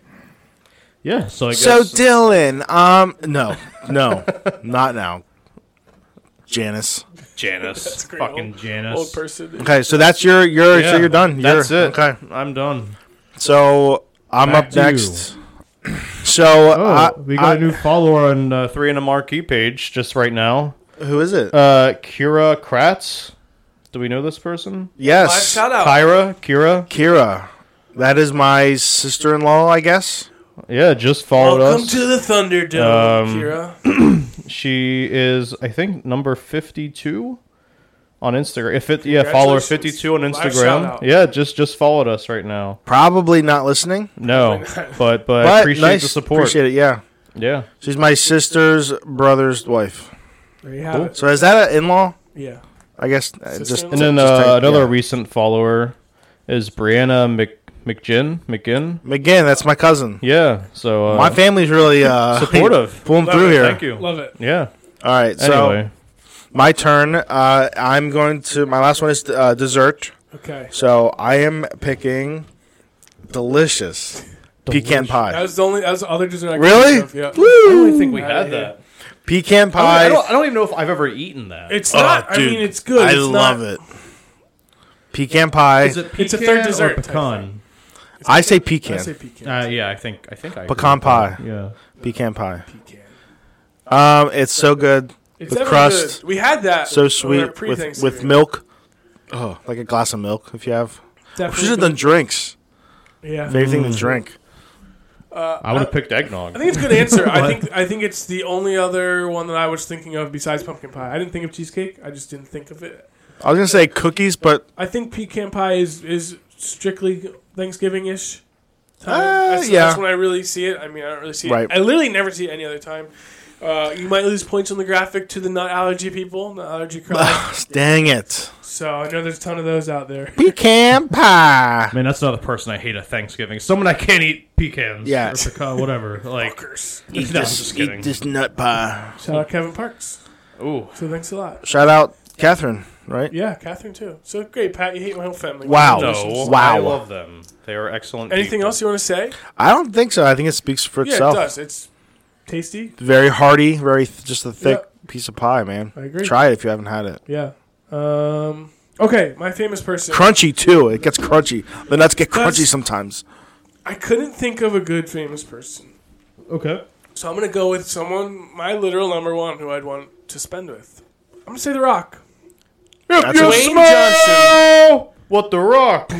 S2: Yeah, so I guess
S1: So Dylan, um, no, no, not now. Janice.
S2: Janice,
S3: great.
S2: fucking Janice.
S3: Old person.
S1: Okay, so that's your your
S2: Yeah,
S1: so you're done. You're-
S2: That's it.
S1: Okay,
S2: I'm done.
S1: so I'm
S2: Back
S1: up
S2: to you.
S1: next. So
S2: Oh,
S1: I- I-
S2: follower on uh, three in a marquee page just right now.
S1: who is it?
S2: Uh, Kira Kratz. Do we know this person?
S3: Live
S1: yes,
S3: shout out.
S2: Kyra, Kira.
S1: Kira. That is my sister-in-law, I guess.
S2: Yeah, just followed
S3: Welcome
S2: us.
S3: to the Thunderdome,
S2: Um,
S3: Kira.
S2: She is, I think, number fifty-two on Instagram. If it, yeah, follower
S3: Congratulations.
S2: fifty-two on
S3: Live shout-out.
S2: Instagram. Yeah, just just followed us right now.
S1: Probably not listening,
S2: No, but but, I
S1: but
S2: appreciate
S1: nice.
S2: the support.
S1: Appreciate it. Yeah,
S2: Yeah,
S1: she's my sister's brother's wife.
S3: There you have it.
S1: So is that an in-law?
S3: Yeah.
S1: I guess uh, just
S3: Sister-in-law?
S2: and then
S1: just
S2: uh,
S1: type-
S2: another
S1: yeah.
S2: recent follower is Brianna Mc McGinn McGinn.
S1: again. That's my cousin.
S2: Yeah, so uh,
S1: My family's really uh,
S2: supportive.
S1: Pulling through here.
S2: Thank you.
S3: Love it.
S2: Yeah.
S1: All right, so
S2: Anyway,
S1: my turn. Uh, I'm going to my last one is uh, dessert.
S3: Okay.
S1: So I am picking delicious, pecan
S3: That
S1: pie.
S3: was the only that was the other dessert I could
S1: Really?
S3: think of, yeah.
S1: Woo!
S2: I don't think we
S3: had
S2: had
S3: that.
S2: that.
S1: Pecan
S2: I,
S1: pie.
S2: don't, I don't even know if I've ever eaten that.
S3: It's
S1: Oh,
S3: not. I mean,
S1: dude,
S3: it's good.
S1: I
S3: It's not-
S1: love it. Pecan pie.
S3: It's a third dessert type
S2: pecan.
S1: I say pecan.
S3: I say pecan.
S2: Uh, yeah, I think I think I agree
S1: Pecan
S2: with
S1: pie.
S2: that. Yeah,
S1: pecan pie.
S3: Pecan.
S1: Um, it's so good.
S3: It's
S1: The
S3: definitely
S1: crust.
S3: good. We had that.
S1: So
S3: on our
S1: sweet with
S3: pre-Thanksgiving.
S1: with milk. Oh, like a glass of milk if you have. We
S3: Definitely
S1: should have
S3: good.
S1: done drinks.
S3: Yeah.
S1: Favorite thing to drink.
S2: I would have picked eggnog.
S3: I think it's a good answer. I think I think it's the only other one that I was thinking of besides pumpkin pie. I didn't think of cheesecake. I just didn't think of it.
S1: I was gonna say cookies, but
S3: I think pecan pie is is strictly Thanksgiving ish.
S1: Uh,
S3: that's,
S1: yeah.
S3: that's when I really see it. I mean, I don't really see
S1: Right.
S3: it. I literally never see it any other time. Uh, you might lose points on the graphic to the nut allergy people, the allergy crowd.
S1: dang it,
S3: so I know there's a ton of those out there.
S1: pecan pie.
S2: Man, that's another person I hate at Thanksgiving. Someone I can't eat pecans.
S1: Yeah.
S2: or pecan, whatever. Like,
S3: Fuckers.
S2: no, I'm just kidding.
S1: Eat this nut pie.
S3: Shout out Kevin Parks.
S2: Ooh,
S3: So thanks a lot.
S1: Shout out Catherine. Right?
S3: Yeah, Catherine too. So great, Pat. You hate my whole family.
S1: Wow.
S2: no,
S1: Wow.
S2: I love them. They are excellent.
S3: Anything
S2: people.
S3: else you want to say?
S1: I don't think so. I think it speaks for
S3: Yeah,
S1: itself.
S3: it does. It's tasty.
S1: Very hearty, very th- just a thick piece of pie, man.
S3: I agree.
S1: Try it if you haven't had it.
S3: Yeah. Um, okay, my famous person.
S1: Crunchy too. It gets crunchy. The nuts get crunchy
S3: That's-
S1: sometimes.
S3: I couldn't think of a good famous person.
S2: Okay.
S3: So I'm going to go with someone, my literal number one, who I'd want to spend with. I'm going to say The Rock.
S1: That's a-
S3: Wayne Johnson.
S2: What the rock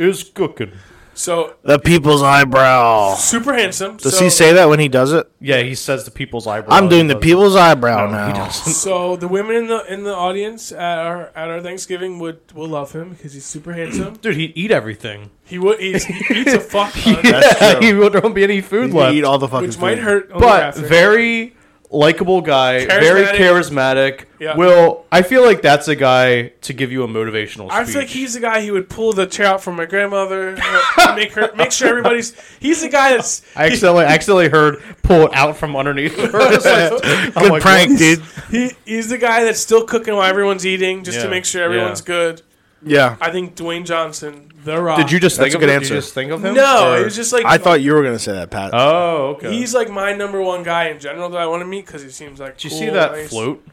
S2: is cooking?
S3: So
S1: The people's eyebrow.
S3: super handsome.
S1: Does
S3: so,
S1: he say that when he does it?
S2: Yeah, he says the people's eyebrow.
S1: I'm doing the
S2: He doesn't.
S1: people's eyebrow
S2: No,
S1: now.
S2: He doesn't.
S3: So the women in the in the audience at our at our Thanksgiving would will love him because he's super handsome.
S2: Dude, he'd eat everything.
S3: He would he's, he eats a fuck ton,
S1: That's true.
S2: he would, there won't be any food
S1: You
S2: left.
S1: eat all the fucking
S3: which might
S1: food.
S3: hurt. on the
S2: but
S3: graphic.
S2: very likable guy, very charismatic.
S3: Yeah.
S2: Will I feel like that's a guy to give you a motivational speech?
S3: I feel like he's the guy who would pull the chair out from my grandmother, uh, make her make sure everybody's. He's the guy that's.
S2: I accidentally, I accidentally heard pull it out from underneath her. It's like- I'm
S1: Good
S2: like,
S1: prank,
S2: what?
S1: dude.
S3: He, he's the guy that's still cooking while everyone's eating, just to
S2: Yeah,
S3: make sure everyone's
S2: yeah.
S3: good.
S1: Yeah.
S3: I think Dwayne Johnson, The Rock.
S2: Did you just
S1: That's
S2: think
S1: a
S2: of
S1: good
S2: him? Did
S1: answer.
S2: you just think of him?
S3: No,
S2: Or-
S3: it was just like
S1: I thought you were gonna say that, Pat.
S2: Oh, okay.
S3: he's like my number one guy in general that I want to meet because he seems like.
S2: Did you
S3: cool,
S2: see that
S3: nice.
S2: float?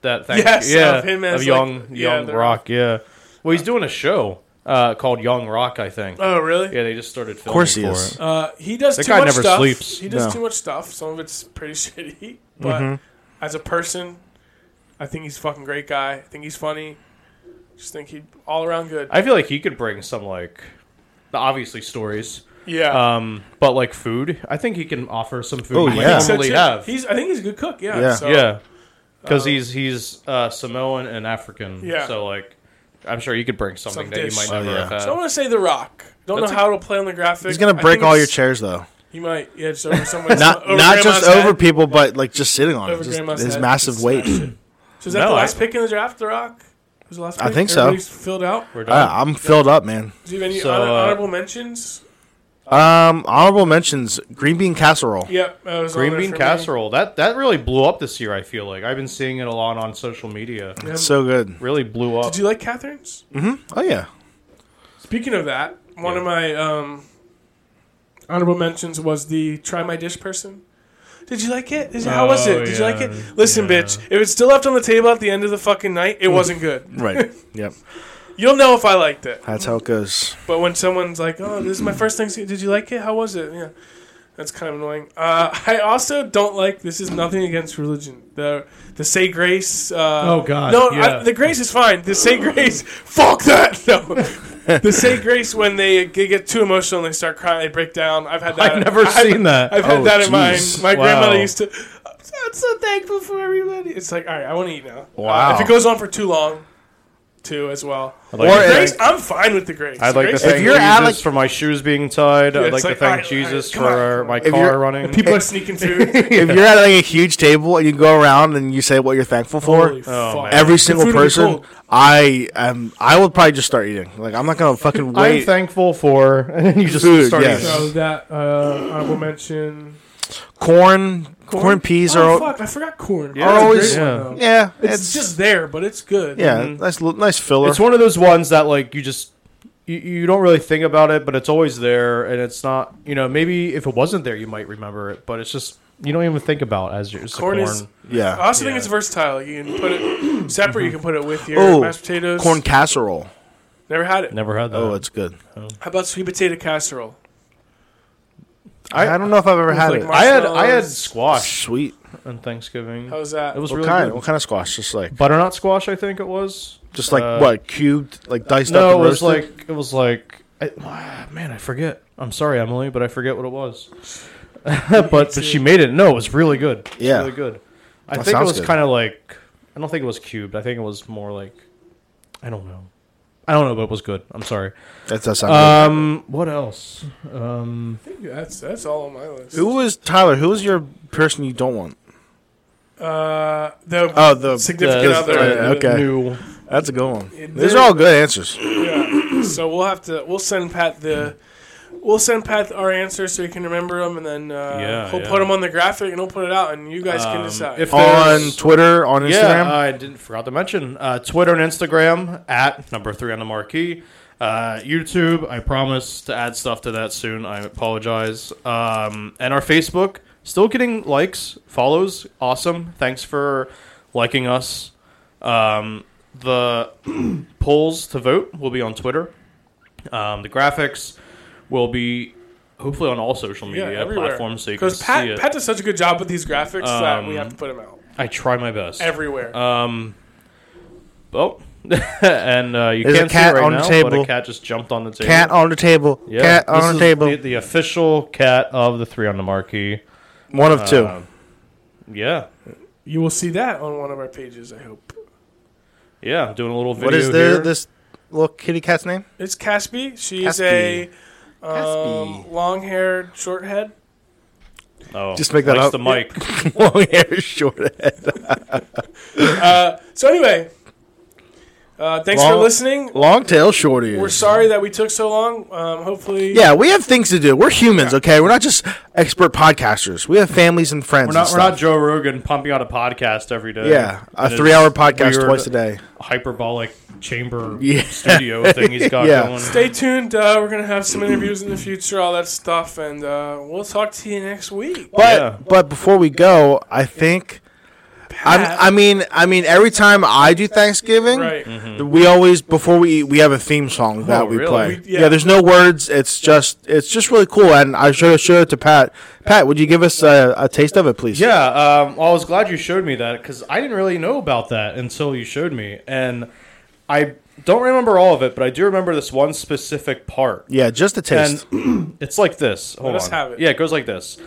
S2: That thing?
S3: Yes,
S2: yeah,
S3: of him as,
S2: young,
S3: like, yeah,
S2: young
S3: the
S2: rock. Yeah. Well, he's doing a show uh, called Young Rock, I think.
S3: Oh really?
S2: yeah, they just started filming
S1: course he
S2: for
S1: is.
S2: it.
S3: Uh, he does
S2: That
S3: too
S2: guy
S3: much
S2: never
S3: stuff.
S2: sleeps.
S3: He does
S1: No.
S3: too much stuff. Some of it's pretty shitty, but
S2: Mm-hmm.
S3: as a person, I think he's a fucking great guy. I think he's funny. Just think he'd all around good.
S2: I feel like he could bring some like obviously stories.
S3: yeah.
S2: Um, but like food, I think he can offer some food
S1: Oh,
S2: we
S1: yeah.
S3: So
S2: normally
S3: too,
S2: have.
S3: He's I think he's a good cook. Yeah.
S1: Yeah.
S3: So,
S2: yeah, because he's he's uh, Samoan and African.
S3: Yeah.
S2: so like I'm sure you could bring something
S3: Some
S2: that you
S3: dish.
S2: might
S1: Oh,
S2: never
S1: yeah.
S2: have had.
S3: So I want to say The Rock. Don't
S2: That's
S3: know
S2: a-
S3: how it'll play on the graphic.
S1: He's gonna
S3: I
S1: break
S3: think
S1: all your
S3: it's-
S1: chairs though.
S3: He might. Yeah. Just over someone's
S1: Not
S3: over
S1: not just
S3: grandma's
S1: over
S3: head.
S1: people, but like just sitting on
S3: Over
S1: it. Just
S3: grandma's
S1: his
S3: head.
S1: massive weight.
S3: So is that
S2: No,
S3: the
S2: I-
S3: last pick in the draft? The Rock. Was the last
S1: I
S3: pick?
S1: think so.
S3: Everybody's filled out.
S2: We're done.
S1: I, I'm filled up, man.
S3: Do you have any
S2: So,
S3: honor-
S2: uh,
S3: honorable mentions?
S1: Um, honorable mentions: green bean casserole.
S3: Yep. that was on
S2: Green
S3: there
S2: bean
S3: for me.
S2: casserole that that really blew up this year. I feel like I've been seeing it a lot on social media.
S3: Yeah.
S1: It's so good.
S2: Really blew up.
S3: Did you like Catherine's?
S1: Oh yeah.
S3: Speaking of that, one
S2: Yeah.
S3: of my um, honorable mentions was the try my dish person. Did you like it? Did you- how was
S2: Oh,
S3: it? Did you like
S2: yeah.
S3: it? Listen, bitch, if it's still left on the table at the end of the fucking night, it wasn't good.
S1: Right. yep.
S3: You'll know if I liked it.
S1: That's how it goes.
S3: But when someone's like, "Oh, this is my first Thanksgiving. Did you like it? How was it?" Yeah, that's kind of annoying. Uh, I also don't like. This is nothing against religion. The the say grace. Uh,
S2: Oh, God,
S3: No,
S2: yeah.
S3: I, the grace is fine. The say grace. Fuck that. No. the say grace when they g- get too emotional and they start crying, they break down. uh, I've had that.
S2: I've never seen that.
S3: I've had
S1: Oh,
S3: that in mine.
S1: jeez.
S3: My
S2: Wow.
S3: grandmother used to. I'm so, I'm so thankful for everybody. It's like, all right, I want to eat now.
S1: Wow.
S3: Uh, if it goes on for too long, too as well.
S2: I'd Oh, like
S1: Or
S2: to
S1: if-
S2: thank-
S3: Grace, I'm fine with the grace.
S2: I'd like to
S3: Grace
S2: thank
S1: If you're
S2: Jesus
S1: Alex-
S2: for my shoes being tied. I'd
S3: it's
S2: like to
S3: like,
S2: thank
S3: alright,
S2: Jesus
S3: alright, come on,
S2: for
S3: come
S2: my
S1: If you're-
S2: car running.
S3: People are sneaking food.
S1: If you're at like a huge table and you go around and you say what you're thankful for,
S3: Holy
S2: Oh,
S3: fuck.
S2: man.
S1: every
S3: The
S1: single
S3: food will be
S1: person,
S3: cold.
S1: I am. I will probably just start eating. Like I'm not gonna fucking
S2: I'm
S1: wait.
S2: thankful for, and then you just
S1: Food,
S2: start
S1: yes.
S2: eating.
S3: So that uh, honorable mention.
S1: Corn
S3: corn,
S1: Corn peas
S3: oh,
S1: are-
S3: fuck, I forgot corn.
S1: Are
S3: That's a
S1: always-
S3: great one,
S2: yeah.
S3: though.
S1: Yeah,
S3: It's, just Mm-hmm. there, but it's good.
S1: yeah, nice li- nice filler.
S2: It's one of those ones that like you just you, you don't really think about it, but it's always there, and it's not. You know, maybe if it wasn't there, you might remember it, but it's just you don't even think about it as you're just a
S3: Corn
S2: corn.
S3: is- I
S1: yeah. Mm-hmm.
S3: also think it's versatile. You can put it separate. You can put it with your
S1: Oh,
S3: mashed potatoes.
S1: corn casserole.
S3: Never had it.
S2: Never had that.
S1: Oh, it's good.
S3: How about sweet potato casserole?
S1: I, I don't know if I've ever had
S3: like
S1: it.
S2: I had I had
S3: marshmallows.
S2: squash
S1: Sweet.
S2: on Thanksgiving.
S3: How's that?
S2: It was
S1: What
S2: really
S1: kind?
S2: good.
S1: What kind of squash? Just like
S2: butternut squash, I think it was.
S1: just like
S2: Uh,
S1: what cubed, like diced up.
S2: No,
S1: and
S2: it was
S1: roasted?
S2: like it was like I, man, I forget. I'm sorry, Emily, but I forget what it was. but but she made it. No, it was really good. It was
S1: Yeah.
S2: really good. I
S1: That
S2: think it
S1: sounds
S2: was
S1: good.
S2: kind of like I don't think it was cubed. I think it was more like I don't know. I don't know, but it was good. I'm sorry.
S1: that does sound
S2: Um, what else? Um,
S3: That's that's all on my list.
S2: uh,
S1: good. Who was Tyler? Who was your person you don't want?
S3: Uh, the
S1: Oh, the
S3: significant
S2: the-
S3: other.
S1: uh, okay.
S2: new.
S1: That's a good one.
S3: It
S1: These
S3: did.
S1: are all good answers.
S3: Yeah. So we'll have to we'll send Pat the we'll send Pat our answers so he can remember them, and then uh,
S2: Yeah,
S3: he'll
S2: yeah.
S3: put them on the graphic and he'll put it out, and you guys can
S2: Um,
S3: decide.
S2: if-
S1: On
S2: There's-
S1: Twitter, on Instagram.
S2: Yeah, uh, I didn't forgot to mention uh, Twitter and Instagram at number three on the marquee. Uh, YouTube, I promise to add stuff to that soon. I apologize. Um, and our Facebook, still getting likes, follows. Awesome. Thanks for liking us. Um, the polls to vote will be on Twitter. Um, the graphics will be hopefully on all social
S3: yeah,
S2: media
S3: everywhere.
S2: platforms, so you can see
S3: Pat
S2: it.
S3: Pat does such a good job with these graphics that
S2: Um,
S3: we have to put them out
S2: I try my best.
S3: everywhere.
S2: Um. Oh, and uh, you
S1: There's a
S2: can't
S1: cat
S2: see it right
S1: on the
S2: now, but
S1: table.
S2: a cat just jumped on the table.
S1: Cat on the table.
S2: Yeah,
S1: Cat
S2: this
S1: on the
S2: is
S1: table.
S2: The, the official cat of the three on the marquee.
S1: one of two.
S2: Um, yeah,
S3: you will see that on one of our pages. I hope
S2: yeah. I'm doing a little video
S1: what is there,
S2: here.
S1: this little kitty cat's name?
S3: it's Caspi. She's
S1: Caspi.
S3: a um,
S2: Uh,
S1: Caspi.
S3: long haired, short head.
S2: oh,
S1: Just make that
S2: likes
S1: up.
S2: The mic.
S1: Long hair, short head.
S3: Uh, so anyway, uh, thanks for
S1: Long-
S3: listening.
S1: Long tail, short ears.
S3: We're sorry that we took so long. Um, hopefully,
S1: Yeah, we have things to do. We're humans, okay? We're not just expert podcasters. We have families and friends.
S2: We're not.
S1: and
S2: We're not
S1: stuff.
S2: Joe Rogan pumping out a podcast every day.
S1: yeah, a
S2: And his
S1: three-hour podcast
S2: weird
S1: twice a day.
S2: Hyperbolic chamber
S1: Yeah.
S2: studio thing he's got
S1: Yeah.
S2: going.
S3: Stay tuned. Uh, we're gonna have some interviews in the future, all that stuff, and uh, we'll talk to you next week.
S1: But
S2: Yeah.
S1: but before we go, I think I'm, I mean I mean every time I do Thanksgiving,
S3: Right.
S1: we always before we eat we have a theme song that we
S2: really?
S1: play.
S3: We- yeah.
S1: yeah. there's no words. It's just it's just really cool. And I should have showed it to Pat. Pat, would you give us a, a taste of it, please?
S2: Yeah, um, well, I was glad you showed me that because I didn't really know about that until you showed me, and I don't remember all of it, but I do remember this one specific part,
S1: yeah, just a taste.
S2: and it's like this. Hold
S3: us
S2: on.
S3: have it.
S2: Yeah, it goes like this.